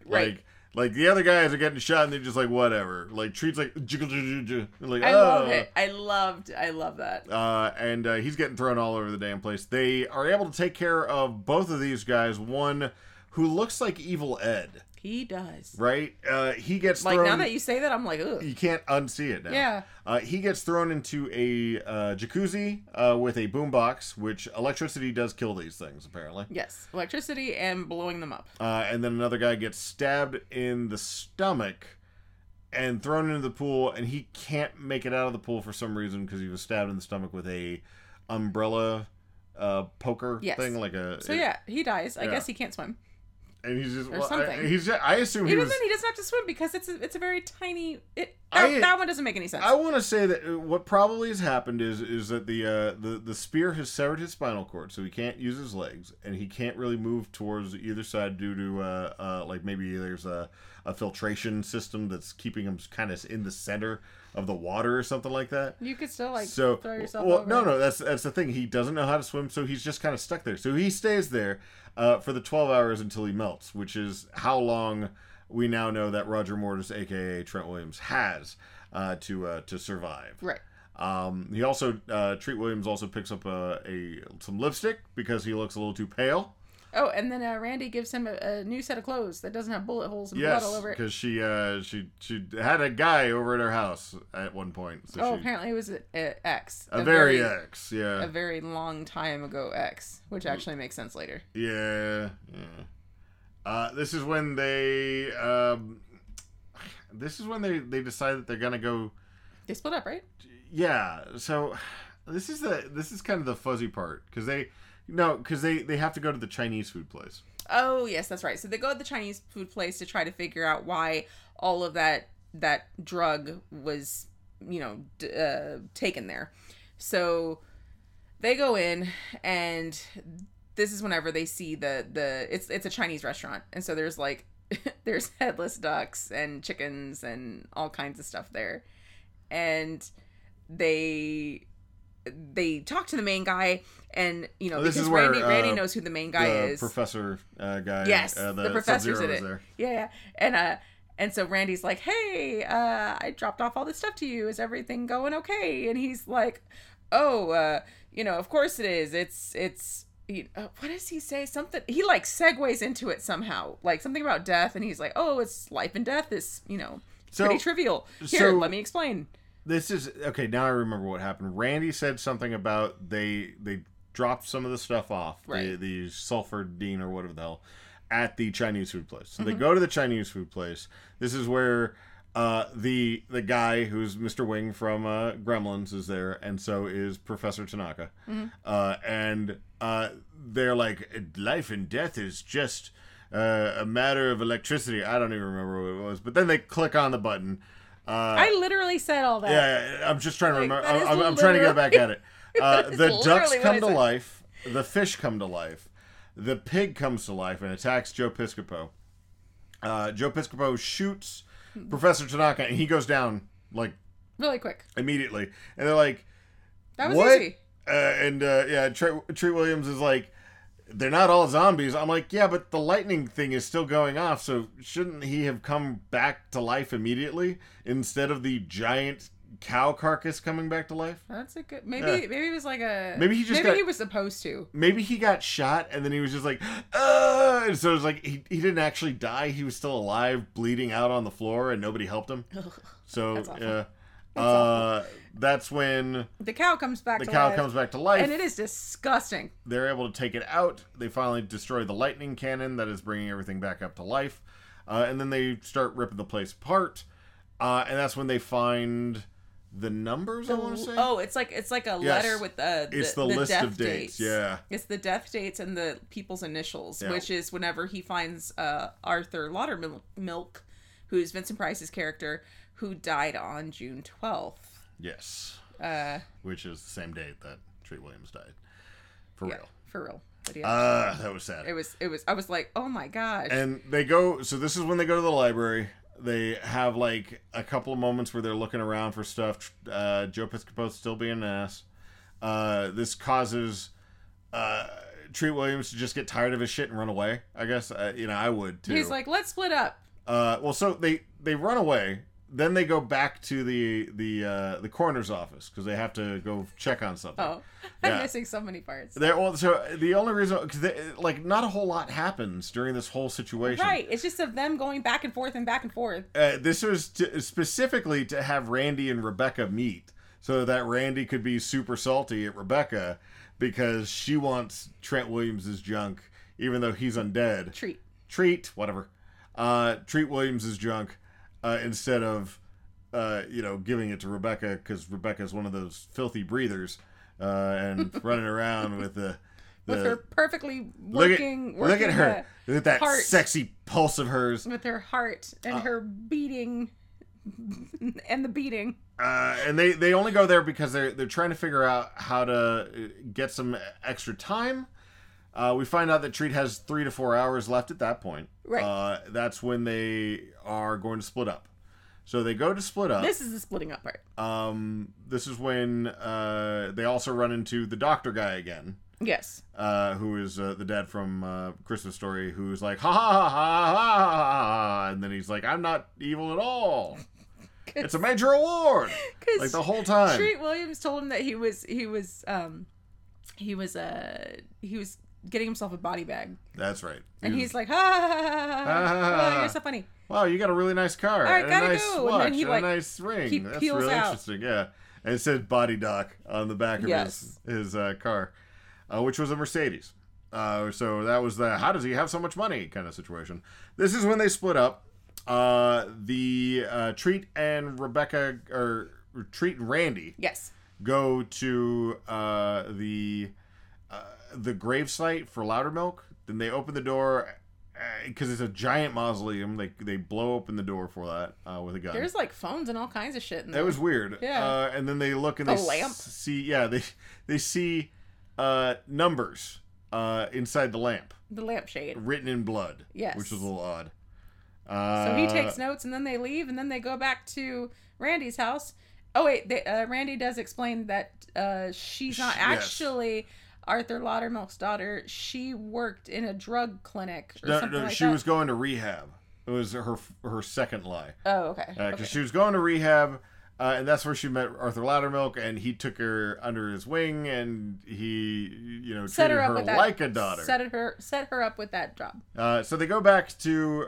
[SPEAKER 3] Right.
[SPEAKER 1] Like like the other guys are getting shot and they're just like whatever. Like Treat's like jiggle jiggle jiggle. and like
[SPEAKER 3] I love
[SPEAKER 1] "Oh."
[SPEAKER 3] it. I loved. I love that.
[SPEAKER 1] uh, and uh, he's getting thrown all over the damn place. They are able to take care of both of these guys. One who looks like Evil Ed
[SPEAKER 3] He does.
[SPEAKER 1] right? Uh, he gets
[SPEAKER 3] Like
[SPEAKER 1] thrown.
[SPEAKER 3] now that you say that, I'm like, ugh.
[SPEAKER 1] you can't unsee it now.
[SPEAKER 2] Yeah.
[SPEAKER 1] Uh, he gets thrown into a uh, jacuzzi uh, with a boombox, which electricity does kill these things apparently.
[SPEAKER 3] Yes, electricity and blowing them up.
[SPEAKER 1] Uh, and then another guy gets stabbed in the stomach and thrown into the pool, and he can't make it out of the pool for some reason because he was stabbed in the stomach with a umbrella uh, poker
[SPEAKER 3] Yes.
[SPEAKER 1] thing, like a.
[SPEAKER 3] So yeah, he dies. I
[SPEAKER 1] yeah.
[SPEAKER 3] guess he can't swim.
[SPEAKER 1] And he's just.
[SPEAKER 3] Or
[SPEAKER 1] well, I-
[SPEAKER 3] something.
[SPEAKER 1] he's just- I assume he
[SPEAKER 3] Even
[SPEAKER 1] was.
[SPEAKER 3] then, he doesn't have to swim because it's a, it's a very tiny. It, that,
[SPEAKER 1] I-
[SPEAKER 3] that one doesn't make any sense.
[SPEAKER 1] I want to say that uh, what probably has happened is is that the uh, the the spear has severed his spinal cord, so he can't use his legs, and he can't really move towards either side due to uh, uh, like maybe there's a, a filtration system that's keeping him kind of in the center of the water or something like that.
[SPEAKER 2] You could still like
[SPEAKER 1] so
[SPEAKER 2] throw yourself
[SPEAKER 1] well,
[SPEAKER 2] over.
[SPEAKER 1] no, no, that's that's the thing. He doesn't know how to swim, so he's just kind of stuck there. So he stays there uh, for the twelve hours until he melts, which is how long we now know that Roger Mortis, aka Trent Williams, has uh, to uh, to survive.
[SPEAKER 2] Right.
[SPEAKER 1] Um, he also uh, Treat Williams also picks up a, a some lipstick because he looks a little too pale.
[SPEAKER 2] Oh, and then uh, Randy gives him a, a new set of clothes that doesn't have bullet holes and blood all
[SPEAKER 1] Yes,
[SPEAKER 2] over it.
[SPEAKER 1] because she uh, she she had a guy over at her house at one point. So
[SPEAKER 2] Oh,
[SPEAKER 1] she,
[SPEAKER 2] apparently it was an ex.
[SPEAKER 1] a very ex, yeah,
[SPEAKER 3] a very long time ago ex, which
[SPEAKER 1] Mm.
[SPEAKER 3] actually makes sense later.
[SPEAKER 1] Yeah, yeah. Uh, this is when they. Um, this is when they they decide that they're gonna go.
[SPEAKER 3] They split up, right?
[SPEAKER 1] Yeah. So this is the this is kind of the fuzzy part because they no because they they have to go to the Chinese food place.
[SPEAKER 3] Oh yes, that's right. So they go to the Chinese food place to try to figure out why all of that that drug was, you know, d- uh, taken there. So they go in, and this is whenever they see the the it's it's a Chinese restaurant, and so there's like there's headless ducks and chickens and all kinds of stuff there, and they they talk to the main guy and you know
[SPEAKER 1] Oh, this
[SPEAKER 3] because
[SPEAKER 1] is where,
[SPEAKER 3] Randy Randy
[SPEAKER 1] uh,
[SPEAKER 3] knows who the main guy
[SPEAKER 1] the
[SPEAKER 3] is
[SPEAKER 1] professor uh, guy.
[SPEAKER 3] Yes,
[SPEAKER 1] uh,
[SPEAKER 3] the professor's
[SPEAKER 1] Sub-Zero
[SPEAKER 3] in
[SPEAKER 1] is
[SPEAKER 3] it.
[SPEAKER 1] There.
[SPEAKER 3] Yeah, yeah. And uh and so Randy's like, "Hey, uh I dropped off all this stuff to you. Is everything going okay?" And he's like, "Oh, uh you know, of course it is. It's it's you uh, what does he say? Something he like segues into it somehow, like something about death, and he's like, "Oh, it's life and death is you know
[SPEAKER 1] So-
[SPEAKER 3] pretty trivial. Here,
[SPEAKER 1] so-
[SPEAKER 3] let me explain."
[SPEAKER 1] This is okay. Now I remember what happened. Randy said something about they they dropped some of the stuff off, the,
[SPEAKER 3] Right.
[SPEAKER 1] the sulfur dean or whatever the hell, at the Chinese food place. So they go to the Chinese food place. This is where uh, the the guy who's Mr. Wing from uh, Gremlins is there, and so is Professor Tanaka. Uh, and uh, they're like, life and death is just uh, a matter of electricity. I don't even remember what it was, but then they click on the button. Uh,
[SPEAKER 2] I literally said all that.
[SPEAKER 1] yeah, yeah, I'm just trying to
[SPEAKER 3] Like,
[SPEAKER 1] remember.
[SPEAKER 3] that is
[SPEAKER 1] I'm, I'm trying to
[SPEAKER 3] literally-
[SPEAKER 1] get back at it. Uh,
[SPEAKER 3] that is
[SPEAKER 1] the ducks
[SPEAKER 3] literally what
[SPEAKER 1] come
[SPEAKER 3] I
[SPEAKER 1] to
[SPEAKER 3] said.
[SPEAKER 1] life. The fish come to life. The pig comes to life and attacks Joe Piscopo. Uh, Joe Piscopo shoots Professor Tanaka, and he goes down like
[SPEAKER 2] Really quick.
[SPEAKER 1] immediately. And they're like,
[SPEAKER 3] That was
[SPEAKER 1] what?
[SPEAKER 3] easy.
[SPEAKER 1] Uh, and uh, yeah, Tre- Treat Williams is like, they're not all zombies. I'm like, yeah, but the lightning thing is still going off, so shouldn't he have come back to life immediately instead of the giant cow carcass coming back to life?
[SPEAKER 2] That's a good. Maybe
[SPEAKER 1] Yeah.
[SPEAKER 2] maybe it was like a.
[SPEAKER 1] Maybe he just
[SPEAKER 2] Maybe
[SPEAKER 1] got-
[SPEAKER 2] he was supposed to.
[SPEAKER 1] Maybe he got shot and then he was just like, ah! And so it's like he, he didn't actually die. He was still alive, bleeding out on the floor, and nobody helped him. So
[SPEAKER 3] That's awful.
[SPEAKER 1] yeah, uh, that's when
[SPEAKER 2] The cow comes back.
[SPEAKER 1] the
[SPEAKER 2] to
[SPEAKER 1] cow
[SPEAKER 2] life,
[SPEAKER 1] comes back to life.
[SPEAKER 2] and it is disgusting.
[SPEAKER 1] they're able to take it out. They finally destroy the lightning cannon that is bringing everything back up to life. Uh, and then they start ripping the place apart. Uh, and that's when they find the numbers, I want to say.
[SPEAKER 3] Oh, it's like it's like a
[SPEAKER 1] Yes.
[SPEAKER 3] letter with uh, the
[SPEAKER 1] It's the list
[SPEAKER 3] death
[SPEAKER 1] of dates, yeah.
[SPEAKER 3] it's the death dates and the people's initials,
[SPEAKER 1] Yeah.
[SPEAKER 3] which is whenever he finds uh, Arthur Laudermilk, who's Vincent Price's character, who died on June twelfth.
[SPEAKER 1] Yes.
[SPEAKER 3] oh. Uh,
[SPEAKER 1] Which is the same date that Treat Williams died. For
[SPEAKER 3] yeah,
[SPEAKER 1] real.
[SPEAKER 3] for real. But yeah,
[SPEAKER 1] Ah, that was sad.
[SPEAKER 3] it was it was. I was like, oh my gosh.
[SPEAKER 1] And they go. So this is when they go to the library. They have like a couple of moments where they're looking around for stuff. Uh, Joe Piscopo's still being an ass. Uh, this causes uh, Treat Williams to just get tired of his shit and run away. I guess uh, you know I would too.
[SPEAKER 2] He's like, let's split up.
[SPEAKER 1] uh, well, so they they run away. Then they go back to the the uh, the coroner's office because they have to go check on something.
[SPEAKER 2] Oh, I'm
[SPEAKER 1] Yeah.
[SPEAKER 2] missing so many parts.
[SPEAKER 1] They're, well, so the only reason, cause they, like, not a whole lot happens during this whole situation.
[SPEAKER 2] Right. It's just of them going back and forth and back and forth.
[SPEAKER 1] uh, this was to, specifically to have Randy and Rebecca meet so that Randy could be super salty at Rebecca because she wants Trent Williams's junk even though he's undead.
[SPEAKER 2] Treat.
[SPEAKER 1] Treat, whatever. Uh, treat Williams's junk uh, instead of uh, you know giving it to Rebecca cuz Rebecca's one of those filthy breathers uh, and running around with the, the
[SPEAKER 2] with her perfectly
[SPEAKER 1] look at,
[SPEAKER 2] working. working
[SPEAKER 1] look at
[SPEAKER 3] uh,
[SPEAKER 1] her. Look at that
[SPEAKER 2] heart.
[SPEAKER 1] sexy pulse of hers.
[SPEAKER 2] the- with her heart and her beating, and the beating.
[SPEAKER 1] Uh, and they, they only go there because they're they're trying to figure out how to uh, get some extra time. Uh, we find out that Treat has three to four hours left at that point.
[SPEAKER 2] Right.
[SPEAKER 1] Uh, that's when they are going to split up. So they go to split up.
[SPEAKER 2] This is the splitting up part.
[SPEAKER 1] um, this is when uh, they also run into the doctor guy again,
[SPEAKER 2] Yes.
[SPEAKER 1] uh, who is uh, the dad from uh, Christmas Story, who's like ha ha ha ha ha ha, ha," and then he's like, "I'm not evil at all. it's a major award." Like the whole time.
[SPEAKER 2] Treat Williams told him that he was he was um he was uh he was getting himself a body bag,
[SPEAKER 1] That's right.
[SPEAKER 2] and
[SPEAKER 1] He
[SPEAKER 2] he's
[SPEAKER 1] was-
[SPEAKER 2] like, ha ha ha, ha, ha, ha, you're so funny.
[SPEAKER 1] "Wow, you got a really nice car,
[SPEAKER 2] right,
[SPEAKER 1] and a
[SPEAKER 2] gotta
[SPEAKER 1] nice
[SPEAKER 2] go." And
[SPEAKER 1] watch,
[SPEAKER 2] then he,
[SPEAKER 1] and
[SPEAKER 2] like,
[SPEAKER 1] a nice ring.
[SPEAKER 2] he
[SPEAKER 1] That's
[SPEAKER 2] peels
[SPEAKER 1] really
[SPEAKER 2] out.
[SPEAKER 1] interesting." Yeah, and it said "Body Doc" on the back of
[SPEAKER 3] Yes.
[SPEAKER 1] his his uh, car, uh, which was a Mercedes. Uh, so that was the "How does he have so much money?" kind of situation. This is when they split up. Uh, the uh, Treat and Rebecca, or Treat and Randy,
[SPEAKER 2] Yes.
[SPEAKER 1] go to uh, the uh, the grave site for Loudermilk. Then they open the door because it's a giant mausoleum. They they blow open the door for that uh, with a gun.
[SPEAKER 2] There's like phones and all kinds of shit. In
[SPEAKER 1] that
[SPEAKER 2] there.
[SPEAKER 1] was weird.
[SPEAKER 2] Yeah.
[SPEAKER 1] Uh, and then they look and
[SPEAKER 2] A
[SPEAKER 1] they
[SPEAKER 2] lamp?
[SPEAKER 1] s- see yeah they they see uh, numbers uh, inside the lamp
[SPEAKER 2] the lampshade.
[SPEAKER 1] written in blood.
[SPEAKER 2] Yes.
[SPEAKER 1] Which was a little odd.
[SPEAKER 2] So
[SPEAKER 1] Uh,
[SPEAKER 2] he takes notes, and then they leave, and then they go back to Randy's house. Oh wait, they, uh, Randy does explain that uh, she's not
[SPEAKER 1] Sh- yes.
[SPEAKER 2] actually Arthur Laudermilk's daughter. She worked in a drug clinic or
[SPEAKER 1] No,
[SPEAKER 2] something
[SPEAKER 1] no,
[SPEAKER 2] like
[SPEAKER 1] she
[SPEAKER 2] that.
[SPEAKER 1] was going to rehab. It was her her second lie.
[SPEAKER 2] oh okay.
[SPEAKER 1] because
[SPEAKER 2] okay.
[SPEAKER 1] Uh, she was going to rehab, uh, and that's where she met Arthur Loudermilk, and he took her under his wing, and he, you know,
[SPEAKER 2] set
[SPEAKER 1] treated
[SPEAKER 2] her
[SPEAKER 1] her,
[SPEAKER 2] up with that,
[SPEAKER 1] like a daughter.
[SPEAKER 2] Set her set her up with that job.
[SPEAKER 1] uh, so they go back to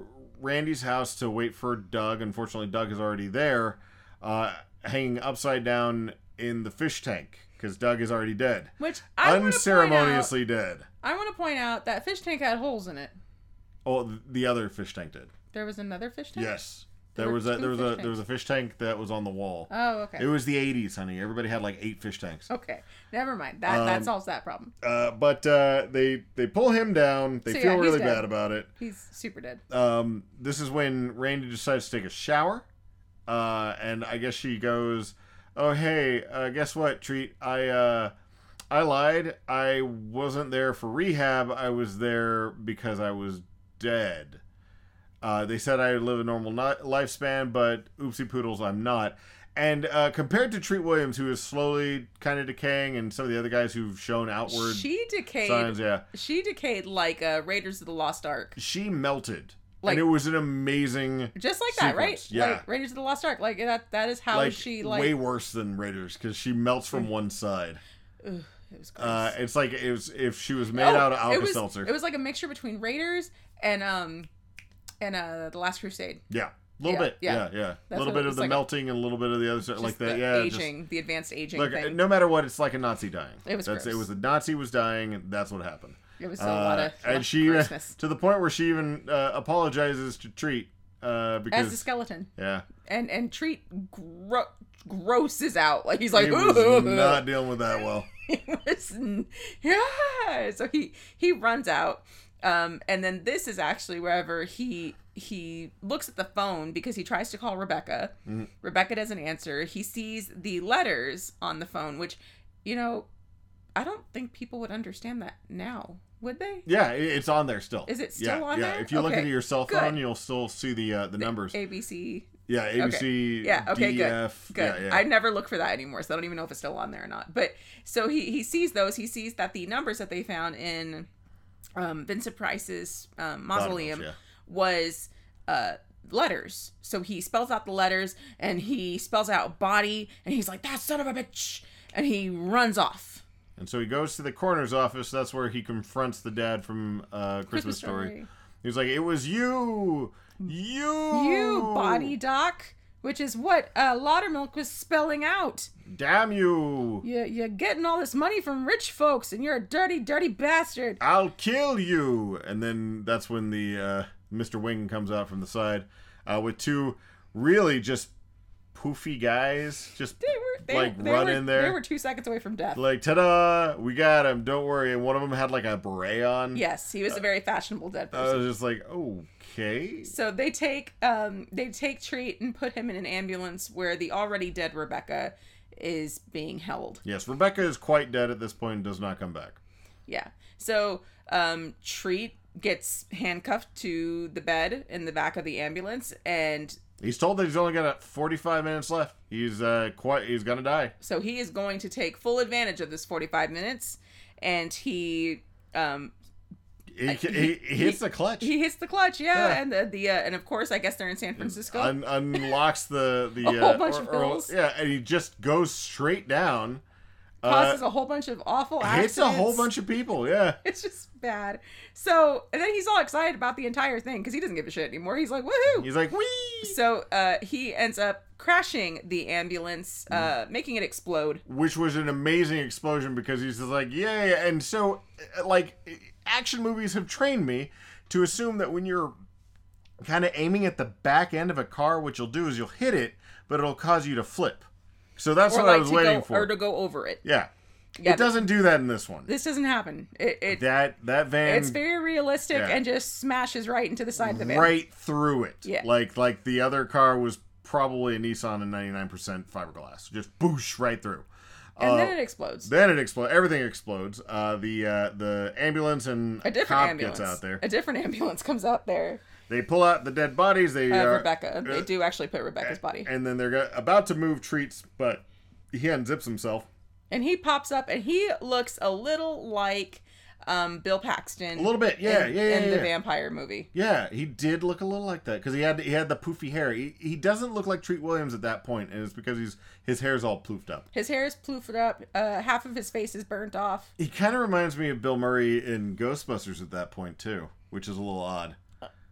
[SPEAKER 1] uh, Randy's house to wait for Doug. Unfortunately, Doug is already there, uh, hanging upside down in the fish tank because Doug is already dead,
[SPEAKER 2] Which I want to point out.
[SPEAKER 1] unceremoniously dead.
[SPEAKER 2] I want to point out that fish tank had holes in it.
[SPEAKER 1] Oh, th- the other fish tank did.
[SPEAKER 2] There was another fish tank.
[SPEAKER 1] Yes, there
[SPEAKER 2] There were
[SPEAKER 1] was a
[SPEAKER 2] two
[SPEAKER 1] there was
[SPEAKER 2] fish
[SPEAKER 1] a there was a fish tank that was on the wall.
[SPEAKER 2] Oh okay.
[SPEAKER 1] It was the 80s, honey. Everybody had like eight fish tanks.
[SPEAKER 2] okay. Never mind. That that
[SPEAKER 1] Um,
[SPEAKER 2] solves that problem.
[SPEAKER 1] Uh, but uh, they they pull him down. They
[SPEAKER 2] So, yeah,
[SPEAKER 1] feel
[SPEAKER 2] he's
[SPEAKER 1] really
[SPEAKER 2] dead.
[SPEAKER 1] bad about it.
[SPEAKER 2] He's super dead.
[SPEAKER 1] Um, this is when Randy decides to take a shower, uh, and I guess she goes, "Oh hey, uh, guess what? Treat I uh, I lied. I wasn't there for rehab. I was there because I was dead. Uh, they said I live a normal ni- lifespan, but oopsie poodles, I'm not. And uh, compared to Treat Williams, who is slowly kind of decaying, and some of the other guys who've shown outward
[SPEAKER 2] She decayed.
[SPEAKER 1] signs, yeah,
[SPEAKER 2] She decayed like uh, Raiders of the Lost Ark.
[SPEAKER 1] she melted.
[SPEAKER 2] Like-
[SPEAKER 1] and it was an amazing,
[SPEAKER 2] Just like that, right?
[SPEAKER 1] Sequence, yeah.
[SPEAKER 2] Like Raiders of the Lost Ark. Like that. That is how
[SPEAKER 1] like,
[SPEAKER 2] she like.
[SPEAKER 1] way worse than Raiders because she melts from one side.
[SPEAKER 2] Ugh, it was gross.
[SPEAKER 1] Uh, it's like it was, if she was made
[SPEAKER 2] Oh,
[SPEAKER 1] out of
[SPEAKER 2] it
[SPEAKER 1] Alka
[SPEAKER 2] was,
[SPEAKER 1] Seltzer.
[SPEAKER 2] It was like a mixture between Raiders and um and uh the Last Crusade.
[SPEAKER 1] Yeah, a little
[SPEAKER 2] Yeah,
[SPEAKER 1] bit.
[SPEAKER 2] yeah.
[SPEAKER 1] Yeah, yeah. A
[SPEAKER 2] That's
[SPEAKER 1] little
[SPEAKER 2] what it
[SPEAKER 1] bit of
[SPEAKER 2] was
[SPEAKER 1] the
[SPEAKER 2] like a-
[SPEAKER 1] melting and a little bit of the other side,
[SPEAKER 2] Just
[SPEAKER 1] like
[SPEAKER 2] the
[SPEAKER 1] that. Yeah, just-
[SPEAKER 2] aging, the advanced aging
[SPEAKER 1] Look,
[SPEAKER 2] thing.
[SPEAKER 1] no matter what, it's like a Nazi dying.
[SPEAKER 2] It was
[SPEAKER 1] That's,
[SPEAKER 2] gross.
[SPEAKER 1] It was the Nazi was dying, and that's what happened.
[SPEAKER 2] it was a
[SPEAKER 1] Uh,
[SPEAKER 2] lot of lot
[SPEAKER 1] and
[SPEAKER 2] of
[SPEAKER 1] she uh,
[SPEAKER 2] grossness.
[SPEAKER 1] to the point where she even uh, apologizes to Treat uh, because
[SPEAKER 2] as a skeleton
[SPEAKER 1] yeah,
[SPEAKER 2] and and treat gro- grosses out like he's like
[SPEAKER 1] he
[SPEAKER 2] "Ooh."
[SPEAKER 1] was not dealing with that well.
[SPEAKER 2] He was n- yeah so he he runs out um and then this is actually wherever he he looks at the phone because he tries to call rebecca rebecca doesn't answer he sees the letters on the phone which you know i don't think people would understand that now would they
[SPEAKER 1] Yeah, i- it's on there still.
[SPEAKER 2] Is it
[SPEAKER 1] yeah,
[SPEAKER 2] still on
[SPEAKER 1] yeah.
[SPEAKER 2] there?
[SPEAKER 1] If you look
[SPEAKER 2] Okay,
[SPEAKER 1] at your cell
[SPEAKER 2] good.
[SPEAKER 1] phone, you'll still see the uh, the numbers.
[SPEAKER 2] abc
[SPEAKER 1] yeah, ABC,
[SPEAKER 2] Yeah, okay, good,
[SPEAKER 1] DF,
[SPEAKER 2] Good.
[SPEAKER 1] Yeah, yeah.
[SPEAKER 2] I never look for that anymore, so I don't even know if it's still on there or not. But so he he sees those. He sees that the numbers that they found in um, Vincent Price's um, mausoleum
[SPEAKER 1] yeah.
[SPEAKER 2] was uh, letters. So he spells out the letters and he spells out body, and he's like that son of a bitch, and he runs off.
[SPEAKER 1] And so he goes to the coroner's office. That's where he confronts the dad from uh, Christmas,
[SPEAKER 2] Christmas
[SPEAKER 1] Story.
[SPEAKER 2] Story.
[SPEAKER 1] He's like, "It was you, you,
[SPEAKER 2] You body doc, which is what uh, Laudermilk was spelling out.
[SPEAKER 1] damn you!
[SPEAKER 2] You, you're getting all this money from rich folks, and you're a dirty, dirty bastard.
[SPEAKER 1] I'll kill you!" And then that's when the uh, Mr. Wing comes out from the side uh, with two really just poofy guys, just
[SPEAKER 2] They were they,
[SPEAKER 1] like
[SPEAKER 2] they
[SPEAKER 1] run
[SPEAKER 2] were,
[SPEAKER 1] in there.
[SPEAKER 2] They were two seconds away from death.
[SPEAKER 1] like ta-da we got him don't worry and one of them had like a beret on
[SPEAKER 2] yes, he was a
[SPEAKER 1] uh,
[SPEAKER 2] very fashionable dead
[SPEAKER 1] i
[SPEAKER 2] person.
[SPEAKER 1] was just like okay
[SPEAKER 2] so they take um they take Treat and put him in an ambulance where the already dead Rebecca is being held.
[SPEAKER 1] yes rebecca is quite dead at this point and does not come back
[SPEAKER 2] Yeah. So um Treat gets handcuffed to the bed in the back of the ambulance and
[SPEAKER 1] he's told that he's only got uh, 45 minutes left he's uh quite he's gonna die
[SPEAKER 2] So he is going to take full advantage of this 45 minutes and he um
[SPEAKER 1] he, he, he hits the clutch
[SPEAKER 2] he hits the clutch, yeah,
[SPEAKER 1] Yeah.
[SPEAKER 2] and the, the uh, and of course I guess they're in San Francisco.
[SPEAKER 1] Un- unlocks the the
[SPEAKER 2] A whole
[SPEAKER 1] uh,
[SPEAKER 2] bunch of bills.
[SPEAKER 1] yeah and he just goes straight down uh,
[SPEAKER 2] causes a whole bunch of awful accidents.
[SPEAKER 1] hits a whole bunch of people yeah
[SPEAKER 2] It's just bad. So and then he's all excited about the entire thing because he doesn't give a shit anymore. He's like, woohoo!
[SPEAKER 1] he's like wee
[SPEAKER 2] So uh, he ends up crashing the ambulance,
[SPEAKER 1] Mm.
[SPEAKER 2] uh, making it explode.
[SPEAKER 1] which was an amazing explosion because he's just like, yay. And so, uh, like, action movies have trained me to assume that when you're kind of aiming at the back end of a car, what you'll do is you'll hit it, but it'll cause you to flip. So that's what I was
[SPEAKER 2] to
[SPEAKER 1] waiting
[SPEAKER 2] go,
[SPEAKER 1] for.
[SPEAKER 2] or to go over it.
[SPEAKER 1] yeah.
[SPEAKER 2] Yeah,
[SPEAKER 1] It doesn't do that in this one.
[SPEAKER 2] This doesn't happen. It, it
[SPEAKER 1] that that van
[SPEAKER 2] it's very realistic
[SPEAKER 1] yeah.
[SPEAKER 2] and just smashes right into the side of the van.
[SPEAKER 1] right through it.
[SPEAKER 2] Yeah.
[SPEAKER 1] Like like the other car was probably a Nissan and 99% fiberglass. Just boosh right through.
[SPEAKER 2] and then it explodes.
[SPEAKER 1] Then it explodes. Everything explodes. Uh, the uh, the ambulance and
[SPEAKER 2] a different
[SPEAKER 1] cop
[SPEAKER 2] ambulance
[SPEAKER 1] gets out there.
[SPEAKER 2] A different ambulance comes out there.
[SPEAKER 1] They pull out the dead bodies. They
[SPEAKER 2] Uh,
[SPEAKER 1] are-
[SPEAKER 2] Rebecca. They
[SPEAKER 1] uh,
[SPEAKER 2] do actually put Rebecca's body.
[SPEAKER 1] And then they're go- about to move treats, but he unzips himself.
[SPEAKER 2] and he pops up and he looks a little like um, Bill Paxton.
[SPEAKER 1] A little bit, yeah,
[SPEAKER 2] in,
[SPEAKER 1] yeah, yeah,
[SPEAKER 2] in the
[SPEAKER 1] yeah.
[SPEAKER 2] vampire movie.
[SPEAKER 1] Yeah, he did look a little like that because he had he had the poofy hair. He, he doesn't look like Treat Williams at that point, and it's because he's his hair's all poofed up.
[SPEAKER 2] His hair is ploofed up. Uh, half of his face is burnt off.
[SPEAKER 1] He kind of reminds me of Bill Murray in Ghostbusters at that point too, which is a little odd.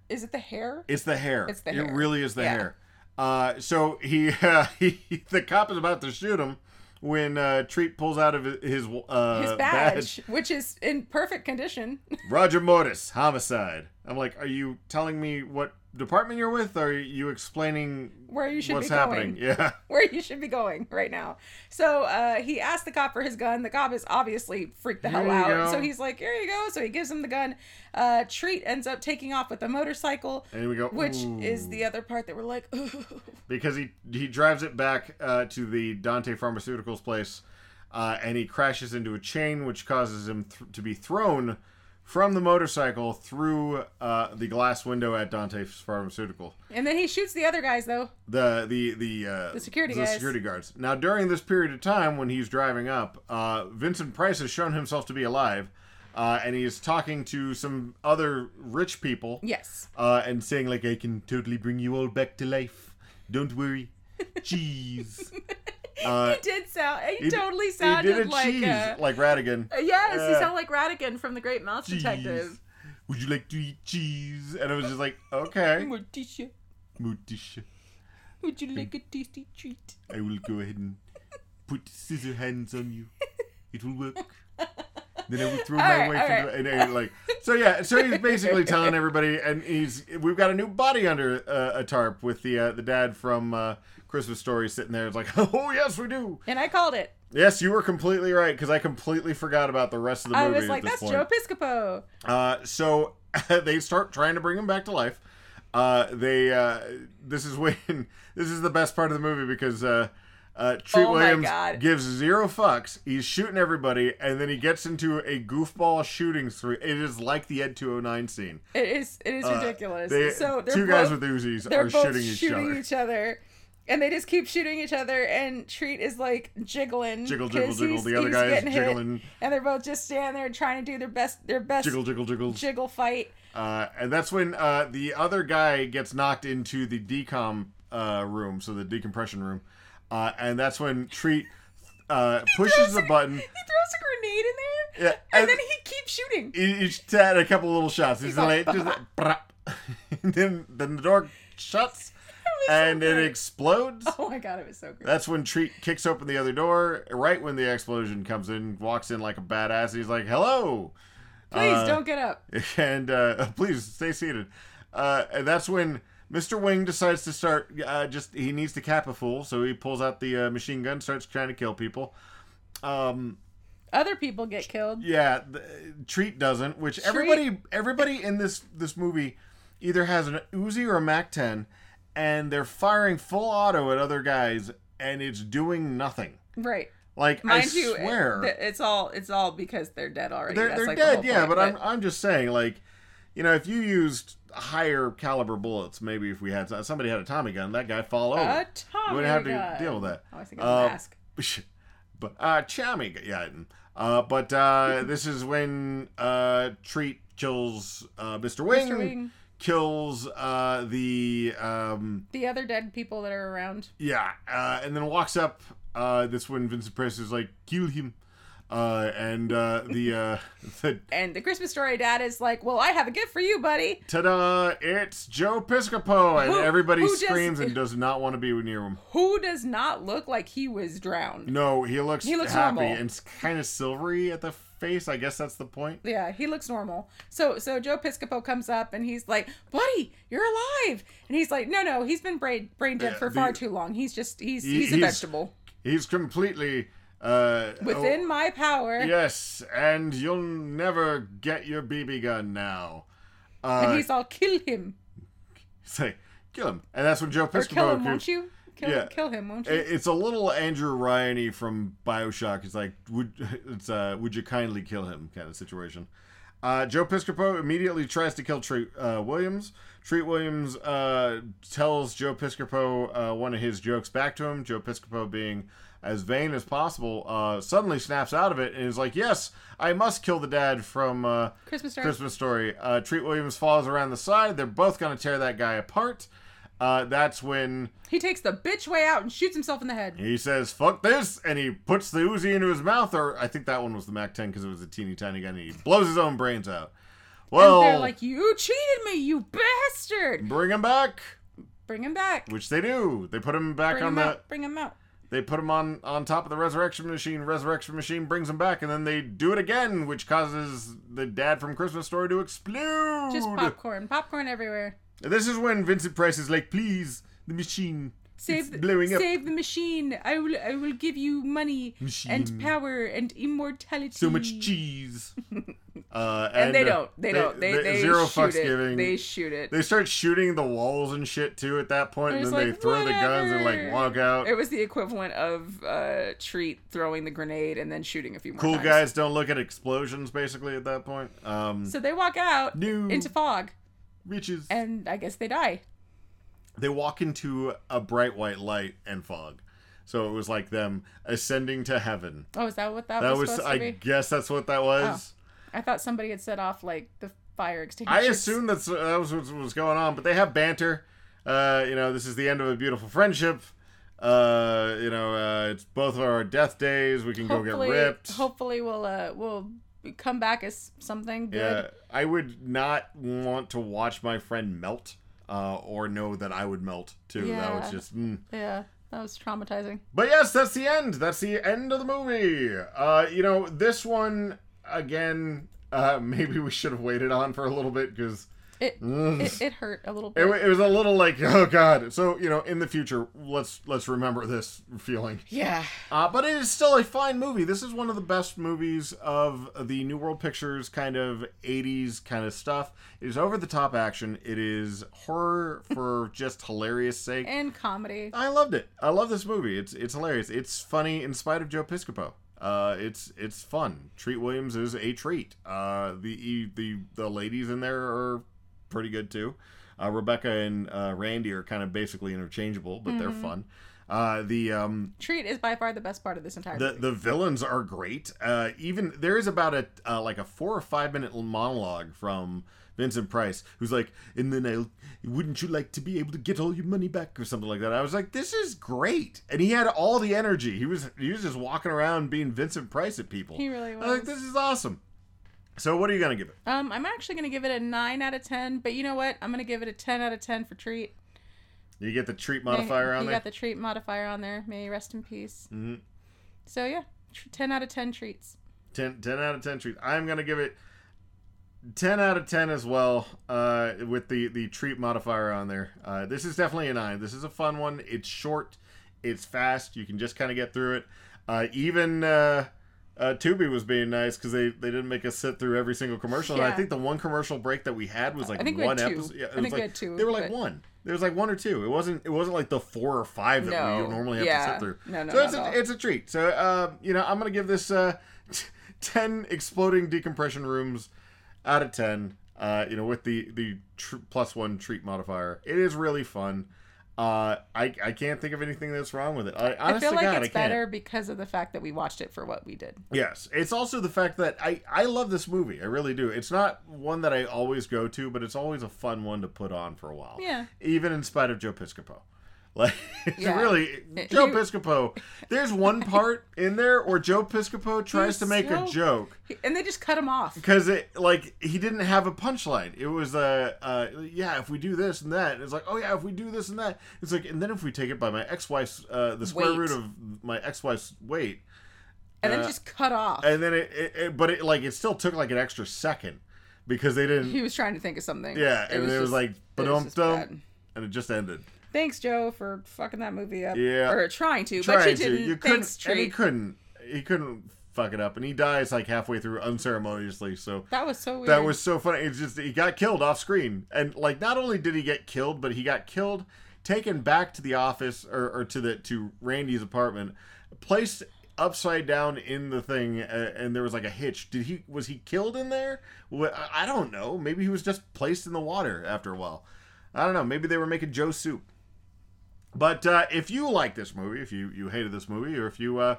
[SPEAKER 2] Is it the hair?
[SPEAKER 1] It's the hair.
[SPEAKER 2] It's the
[SPEAKER 1] it
[SPEAKER 2] hair.
[SPEAKER 1] really is the
[SPEAKER 2] Yeah.
[SPEAKER 1] hair. Uh, so he, he, the cop is about to shoot him when uh, Treat pulls out of his uh,
[SPEAKER 2] His badge, which is in perfect condition.
[SPEAKER 1] Roger Mortis, homicide. I'm like, are you telling me what department you're with? Are you explaining
[SPEAKER 2] Where you should
[SPEAKER 1] what's
[SPEAKER 2] be
[SPEAKER 1] happening?
[SPEAKER 2] going.
[SPEAKER 1] Yeah.
[SPEAKER 2] Where you should be going right now. So uh, he asked the cop for his gun. The cop is obviously freaked the
[SPEAKER 1] Here
[SPEAKER 2] hell
[SPEAKER 1] you
[SPEAKER 2] out.
[SPEAKER 1] go.
[SPEAKER 2] So he's like, "Here you go." So he gives him the gun. Uh, Treat ends up taking off with a motorcycle,
[SPEAKER 1] And we go,
[SPEAKER 2] which is
[SPEAKER 1] "Ooh."
[SPEAKER 2] the other part that we're like,
[SPEAKER 1] because he he drives it back uh, to the Dante Pharmaceuticals place. uh, and he crashes into a chain, which causes him th- to be thrown from the motorcycle through uh, the glass window at Dante's Pharmaceutical.
[SPEAKER 2] And then he shoots the other guys though.
[SPEAKER 1] The the the, uh,
[SPEAKER 2] The security
[SPEAKER 1] the
[SPEAKER 2] guys.
[SPEAKER 1] security guards. Now, during this period of time when he's driving up, uh, Vincent Price has shown himself to be alive, uh, and he's talking to some other rich people
[SPEAKER 2] Yes.
[SPEAKER 1] uh, and saying like, "I can totally bring you all back to life. Don't worry." Cheese. Uh,
[SPEAKER 3] He did sound. He,
[SPEAKER 1] he-
[SPEAKER 3] totally
[SPEAKER 1] he
[SPEAKER 3] sounded
[SPEAKER 1] did a
[SPEAKER 3] like.
[SPEAKER 1] cheese
[SPEAKER 3] uh,
[SPEAKER 1] like Radigan.
[SPEAKER 3] yes, he
[SPEAKER 1] Uh,
[SPEAKER 3] sounded like Radigan from The Great Mouse
[SPEAKER 1] Cheese.
[SPEAKER 3] Detective.
[SPEAKER 1] Would you like to eat cheese? And I was just like, okay.
[SPEAKER 3] Morticia,
[SPEAKER 1] Morticia,
[SPEAKER 3] would you like a tasty treat?
[SPEAKER 1] I will go ahead and put scissor hands on you. It will work. Then I will throw my
[SPEAKER 3] right,
[SPEAKER 1] wife
[SPEAKER 3] all
[SPEAKER 1] into
[SPEAKER 3] right.
[SPEAKER 1] and I, like so yeah so he's basically telling everybody and he's we've got a new body under uh, a tarp with the uh, the dad from uh, Christmas Story sitting there it's like oh yes we do
[SPEAKER 2] And I called it.
[SPEAKER 1] yes you were completely right because I completely forgot about the rest of the
[SPEAKER 2] I
[SPEAKER 1] movie
[SPEAKER 2] was
[SPEAKER 1] at
[SPEAKER 2] like,
[SPEAKER 1] this
[SPEAKER 2] that's
[SPEAKER 1] point.
[SPEAKER 2] Joe Piscopo.
[SPEAKER 1] Uh, so they start trying to bring him back to life. Uh, they uh, this is when this is the best part of the movie because uh, uh, Treat
[SPEAKER 3] Oh my
[SPEAKER 1] Williams
[SPEAKER 3] God.
[SPEAKER 1] gives zero fucks. He's shooting everybody, and then he gets into a goofball shooting spree. It is like the Ed 209 scene.
[SPEAKER 2] It is it is
[SPEAKER 1] Uh,
[SPEAKER 2] ridiculous.
[SPEAKER 1] they-
[SPEAKER 2] so they're
[SPEAKER 1] two
[SPEAKER 2] both,
[SPEAKER 1] guys with Uzis
[SPEAKER 2] they're
[SPEAKER 1] are
[SPEAKER 2] both
[SPEAKER 1] shooting each other.
[SPEAKER 2] and they just keep shooting each other. And Treat is like jiggling,
[SPEAKER 1] Jiggle, jiggle,
[SPEAKER 2] 'cause
[SPEAKER 1] jiggle.
[SPEAKER 2] he's-
[SPEAKER 1] The other
[SPEAKER 2] he's
[SPEAKER 1] guy is
[SPEAKER 2] getting hit,
[SPEAKER 1] jiggling.
[SPEAKER 2] and they're both just standing there trying to do their best, their best
[SPEAKER 1] Jiggle, jiggle, jiggle.
[SPEAKER 2] jiggle fight.
[SPEAKER 1] Uh, and that's when uh, the other guy gets knocked into the decom uh, room, so the decompression room. Uh, and that's when Treat uh, pushes the button.
[SPEAKER 2] He throws a grenade in there,
[SPEAKER 1] Yeah,
[SPEAKER 2] and,
[SPEAKER 1] and-
[SPEAKER 2] then he keeps shooting.
[SPEAKER 1] He- He's had a couple little shots. He's,
[SPEAKER 3] He's
[SPEAKER 1] like,
[SPEAKER 3] like,
[SPEAKER 1] just like, "Brap." and then, then the door shuts
[SPEAKER 2] was so
[SPEAKER 1] and it
[SPEAKER 2] good.
[SPEAKER 1] explodes.
[SPEAKER 2] Oh my god, it was so great.
[SPEAKER 1] That's when Treat kicks open the other door. Right when the explosion comes in, walks in like a badass. He's like, hello.
[SPEAKER 2] Please
[SPEAKER 1] uh,
[SPEAKER 2] don't get up.
[SPEAKER 1] and uh, please stay seated. Uh, and that's when Mr. Wing decides to start. Uh, just he needs to cap a fool, so he pulls out the uh, machine gun, starts trying to kill people. Um,
[SPEAKER 2] Other people get killed.
[SPEAKER 1] yeah, the, Treat doesn't, which everybody everybody in this this movie either has an Uzi or a Mac-10, and they're firing full auto at other guys, and it's doing nothing.
[SPEAKER 2] Right.
[SPEAKER 1] Like
[SPEAKER 3] Mind
[SPEAKER 1] I
[SPEAKER 3] you, it-
[SPEAKER 1] swear,
[SPEAKER 3] th- it's all it's all because they're dead already.
[SPEAKER 1] they're,
[SPEAKER 3] That's
[SPEAKER 1] they're
[SPEAKER 3] like the
[SPEAKER 1] dead
[SPEAKER 2] oh,
[SPEAKER 3] whole
[SPEAKER 1] yeah
[SPEAKER 3] point,
[SPEAKER 1] but, I'm, I'm just saying like you know if you used higher caliber bullets maybe if we had somebody had a tommy gun that guy'd fall over
[SPEAKER 2] A Tommy
[SPEAKER 1] oh, we wouldn't have
[SPEAKER 2] gun. Oh,
[SPEAKER 1] to deal with that
[SPEAKER 2] I always think it's a
[SPEAKER 1] Uh,
[SPEAKER 2] mask.
[SPEAKER 1] but uh tommy gu- yeah uh but uh this is when uh treat kills uh mr wing,
[SPEAKER 2] Mr. Wing.
[SPEAKER 1] kills uh the um
[SPEAKER 2] The other dead people that are around.
[SPEAKER 1] yeah, uh, and then walks up. Uh, that's when Vincent Price is like, "Kill him," uh, and uh, the uh, the
[SPEAKER 2] And the Christmas story dad is like, Well, I have a gift for you, buddy.
[SPEAKER 1] Ta-da! It's Joe Piscopo, and
[SPEAKER 2] Who-
[SPEAKER 1] everybody
[SPEAKER 2] who does-
[SPEAKER 1] screams and does not want to be near him.
[SPEAKER 2] Who does not look like he was drowned?
[SPEAKER 1] No, he looks
[SPEAKER 2] He looks
[SPEAKER 1] happy
[SPEAKER 2] normal.
[SPEAKER 1] and it's kind of silvery at the face. I guess that's the point.
[SPEAKER 2] Yeah, he looks normal. So so Joe Piscopo comes up and he's like, "Buddy, you're alive!" And he's like, "No, no, he's been brain brain dead
[SPEAKER 1] Yeah,
[SPEAKER 2] for
[SPEAKER 1] the-
[SPEAKER 2] far too long. He's just he's
[SPEAKER 1] He-
[SPEAKER 2] he's a
[SPEAKER 1] he's-
[SPEAKER 2] vegetable
[SPEAKER 1] He's completely uh,
[SPEAKER 2] within my power."
[SPEAKER 1] oh, yes, and you'll never get your BB gun now.
[SPEAKER 2] and
[SPEAKER 1] Uh,
[SPEAKER 2] he's all, "Kill him
[SPEAKER 1] say, kill him, and that's when Joe
[SPEAKER 2] or
[SPEAKER 1] Piscopo.
[SPEAKER 2] kill him,
[SPEAKER 1] could-
[SPEAKER 2] won't you? Kill
[SPEAKER 1] Yeah. Eh,
[SPEAKER 2] kill him, won't
[SPEAKER 1] It-
[SPEAKER 2] you?"
[SPEAKER 1] It's a little Andrew Ryaney from Bioshock. It's like would it's uh would you kindly kill him kind of situation. Uh, Joe Piscopo immediately tries to kill Treat uh, Williams. Treat Williams uh, tells Joe Piscopo uh, one of his jokes back to him. Joe Piscopo, being as vain as possible, uh, suddenly snaps out of it and is like, "Yes, I must kill the dad from uh,
[SPEAKER 2] Christmas story.
[SPEAKER 1] Christmas Story." Uh, Treat Williams falls around the side. They're both going to tear that guy apart. Uh, that's when
[SPEAKER 2] He takes the bitch way out and shoots himself in the head.
[SPEAKER 1] he says, "Fuck this," and he puts the Uzi into his mouth, or I think that one was the Mac-10 because it was a teeny tiny gun. And he blows his own brains out.
[SPEAKER 2] And
[SPEAKER 1] Well,
[SPEAKER 2] they're like, "You cheated me, you bastard!
[SPEAKER 1] bring him back,
[SPEAKER 2] Bring him back!
[SPEAKER 1] which they do. They put him back
[SPEAKER 2] Bring
[SPEAKER 1] on
[SPEAKER 2] him
[SPEAKER 1] the.
[SPEAKER 2] out! Bring him out!"
[SPEAKER 1] They put him on on top of the resurrection machine. Resurrection machine brings him back, and then they do it again, which causes the dad from Christmas Story to explode.
[SPEAKER 2] Just popcorn, popcorn everywhere.
[SPEAKER 1] This is when Vincent Price is like, "Please, the machine."
[SPEAKER 2] Save,
[SPEAKER 1] it's
[SPEAKER 2] the-
[SPEAKER 1] blowing up.
[SPEAKER 2] save the machine. I will. I will give you money
[SPEAKER 1] Machine.
[SPEAKER 2] and power and immortality.
[SPEAKER 1] so much cheese. Uh,
[SPEAKER 3] and they don't. They, don't. They, they,
[SPEAKER 1] zero
[SPEAKER 3] shoot
[SPEAKER 1] fucks
[SPEAKER 3] it.
[SPEAKER 1] giving.
[SPEAKER 3] They shoot it.
[SPEAKER 1] They start shooting the walls and shit too at that point, and
[SPEAKER 3] They're
[SPEAKER 1] then
[SPEAKER 3] just
[SPEAKER 1] they
[SPEAKER 3] like,
[SPEAKER 1] throw the guns and like
[SPEAKER 3] "Whatever."
[SPEAKER 1] walk out.
[SPEAKER 3] It was the equivalent of uh, Treat throwing the grenade and then shooting a few more
[SPEAKER 1] Cool
[SPEAKER 3] times.
[SPEAKER 1] guys don't look at explosions basically at that point. Um,
[SPEAKER 3] So they walk out
[SPEAKER 1] New.
[SPEAKER 3] into fog,
[SPEAKER 1] reaches.
[SPEAKER 3] and I guess they die.
[SPEAKER 1] they walk into a bright white light and fog. So it was like them ascending to heaven.
[SPEAKER 3] Oh, is that what that,
[SPEAKER 1] That
[SPEAKER 3] was,
[SPEAKER 1] was,
[SPEAKER 3] supposed
[SPEAKER 1] I
[SPEAKER 3] to be? Oh,
[SPEAKER 1] guess, that's what that was.
[SPEAKER 3] I thought somebody had set off like the fire extinguisher.
[SPEAKER 1] I assume that's uh, that was what was going on, but they have banter. Uh, you know, this is the end of a beautiful friendship. Uh, you know, uh, it's both of our death days. We can
[SPEAKER 2] hopefully,
[SPEAKER 1] go get ripped.
[SPEAKER 2] hopefully we'll uh we'll come back as something good.
[SPEAKER 1] Yeah, I would not want to watch my friend melt, uh, or know that I would melt too. That was
[SPEAKER 2] Yeah.
[SPEAKER 1] just. Mm.
[SPEAKER 2] Yeah, that was traumatizing.
[SPEAKER 1] But yes, that's the end. That's the end of the movie. Uh, you know, this one again. Uh, maybe we should have waited on for a little bit because
[SPEAKER 2] It, it it hurt a little
[SPEAKER 1] Mm. it,
[SPEAKER 2] bit.
[SPEAKER 1] wa- it was a little like, oh god. So you know, in the future, let's let's remember this feeling.
[SPEAKER 3] Yeah.
[SPEAKER 1] Uh, but it is still a fine movie. This is one of the best movies of the New World Pictures kind of 80s kind of stuff. It is over the top action. It is horror for just hilarious sake.
[SPEAKER 2] and comedy.
[SPEAKER 1] I loved it. I love this movie. It's it's hilarious. It's funny in spite of Joe Piscopo. Uh, it's it's fun. Treat Williams is a treat. Uh, the the the ladies in there are pretty good too. Uh, Rebecca and uh, Randy are kind of basically interchangeable, but they're fun. Uh, the um,
[SPEAKER 2] Treat is by far the best part of this entire
[SPEAKER 1] the
[SPEAKER 2] movie.
[SPEAKER 1] the villains are great. Uh, even there is about a uh, like a four or five minute monologue from Vincent Price, who's like, and then I wouldn't you like to be able to get all your money back or something like that. I was like, this is great, and he had all the energy. He was he was just walking around being Vincent Price at people.
[SPEAKER 2] He really
[SPEAKER 1] I was like,
[SPEAKER 2] was.
[SPEAKER 1] this is awesome. So what are you gonna give it?
[SPEAKER 2] Um, I'm actually gonna give it a nine out of ten, but you know what? I'm gonna give it a ten out of ten for Treat.
[SPEAKER 1] You get the treat modifier
[SPEAKER 2] you
[SPEAKER 1] on
[SPEAKER 2] You
[SPEAKER 1] there.
[SPEAKER 2] got the Treat modifier on there. May you rest in peace.
[SPEAKER 1] Mhm.
[SPEAKER 2] So yeah, tr- ten out of ten treats.
[SPEAKER 1] 10, 10 out of 10 treats. I'm going to give it 10 out of 10 as well uh, with the, the treat modifier on there. Uh, this is definitely a 9. This is a fun one. It's short, it's fast. You can just kind of get through it. Uh, even uh, uh, Tubi was being nice because they, they didn't make us sit through every single commercial. And I
[SPEAKER 2] Yeah.
[SPEAKER 1] think the one commercial break that we had was like
[SPEAKER 3] I think we
[SPEAKER 1] one
[SPEAKER 3] had two.
[SPEAKER 1] episode.
[SPEAKER 3] I
[SPEAKER 1] it
[SPEAKER 3] think
[SPEAKER 1] was
[SPEAKER 3] we
[SPEAKER 1] like-
[SPEAKER 3] had two,
[SPEAKER 1] They were like
[SPEAKER 3] but-
[SPEAKER 1] one. There was like one or two. It wasn't. It wasn't like the four or five that
[SPEAKER 3] No.
[SPEAKER 1] we normally have to
[SPEAKER 3] Yeah.
[SPEAKER 1] sit through.
[SPEAKER 3] No, no,
[SPEAKER 1] So it's
[SPEAKER 3] not
[SPEAKER 1] a,
[SPEAKER 3] at all.
[SPEAKER 1] it's a treat. So uh, you know, I'm gonna give this uh, t- ten exploding decompression rooms out of ten. Uh, you know, with the the tr- plus one treat modifier, it is really fun. Uh, I I can't think of anything that's wrong with it. I
[SPEAKER 3] I
[SPEAKER 1] honestly,
[SPEAKER 3] feel like
[SPEAKER 1] God, I
[SPEAKER 3] it's
[SPEAKER 1] can't.
[SPEAKER 3] better because of the fact that we watched it for what we did.
[SPEAKER 1] Yes, it's also the fact that I I love this movie. I really do. It's not one that I always go to, but it's always a fun one to put on for a while.
[SPEAKER 2] Yeah.
[SPEAKER 1] Even in spite of Joe Piscopo. Like it's
[SPEAKER 3] Yeah.
[SPEAKER 1] really Joe
[SPEAKER 3] you-
[SPEAKER 1] Piscopo. There's one part in there where Joe Piscopo tries
[SPEAKER 2] He's
[SPEAKER 1] to make a
[SPEAKER 2] so-
[SPEAKER 1] joke
[SPEAKER 3] And they just cut him off.
[SPEAKER 1] because it like he didn't have a punchline. It was uh, uh yeah, if we do this and that, it's like oh yeah, if we do this and that, it's like and then if we take it by my ex wife's uh the square
[SPEAKER 3] Weight.
[SPEAKER 1] root of my ex wife's weight,
[SPEAKER 3] And then just cut off.
[SPEAKER 1] Uh, and then it, it, it but it like it still took like an extra second because they didn't
[SPEAKER 3] He was trying to think of something.
[SPEAKER 1] yeah and it was,
[SPEAKER 3] just-
[SPEAKER 1] like
[SPEAKER 3] it
[SPEAKER 1] but um
[SPEAKER 3] was just bad.
[SPEAKER 1] and it just ended
[SPEAKER 3] Thanks, Joe, for fucking that movie up.
[SPEAKER 1] Yeah.
[SPEAKER 3] Or trying to, but
[SPEAKER 1] trying
[SPEAKER 3] you didn't.
[SPEAKER 1] to you couldn't
[SPEAKER 3] Thanks,
[SPEAKER 1] and he
[SPEAKER 3] Treat.
[SPEAKER 1] couldn't he couldn't fuck it up and he dies like halfway through unceremoniously so
[SPEAKER 2] That was so weird.
[SPEAKER 1] that was so funny it's just he got killed off screen and like not only did he get killed but he got killed taken back to the office or, or to the to randy's apartment placed upside down in the thing uh, and there was like a hitch did he was he killed in there Wha- I- i don't know maybe he was just placed in the water after a while i don't know maybe they were making joe soup but uh, if you like this movie if you you hated this movie or if you uh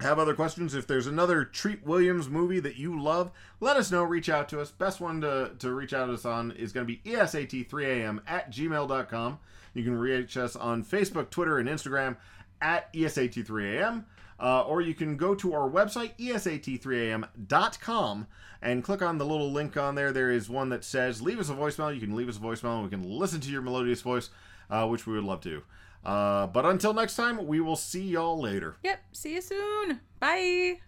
[SPEAKER 1] have other questions, if there's another Treat Williams movie that you love, let us know. Reach out to us. Best one to, to reach out to us on is going to be E ESAT3AM at gmail.com. You can reach us on Facebook, Twitter, and Instagram at E ESAT3AM. Uh, or you can go to our website, E esat3am.com, and click on the little link on there. There is one that says, Leave us a voicemail. You can leave us a voicemail, and we can listen to your melodious voice, uh, which we would love to. Uh, but until next time, we will see y'all later.
[SPEAKER 2] Yep. See you soon. Bye.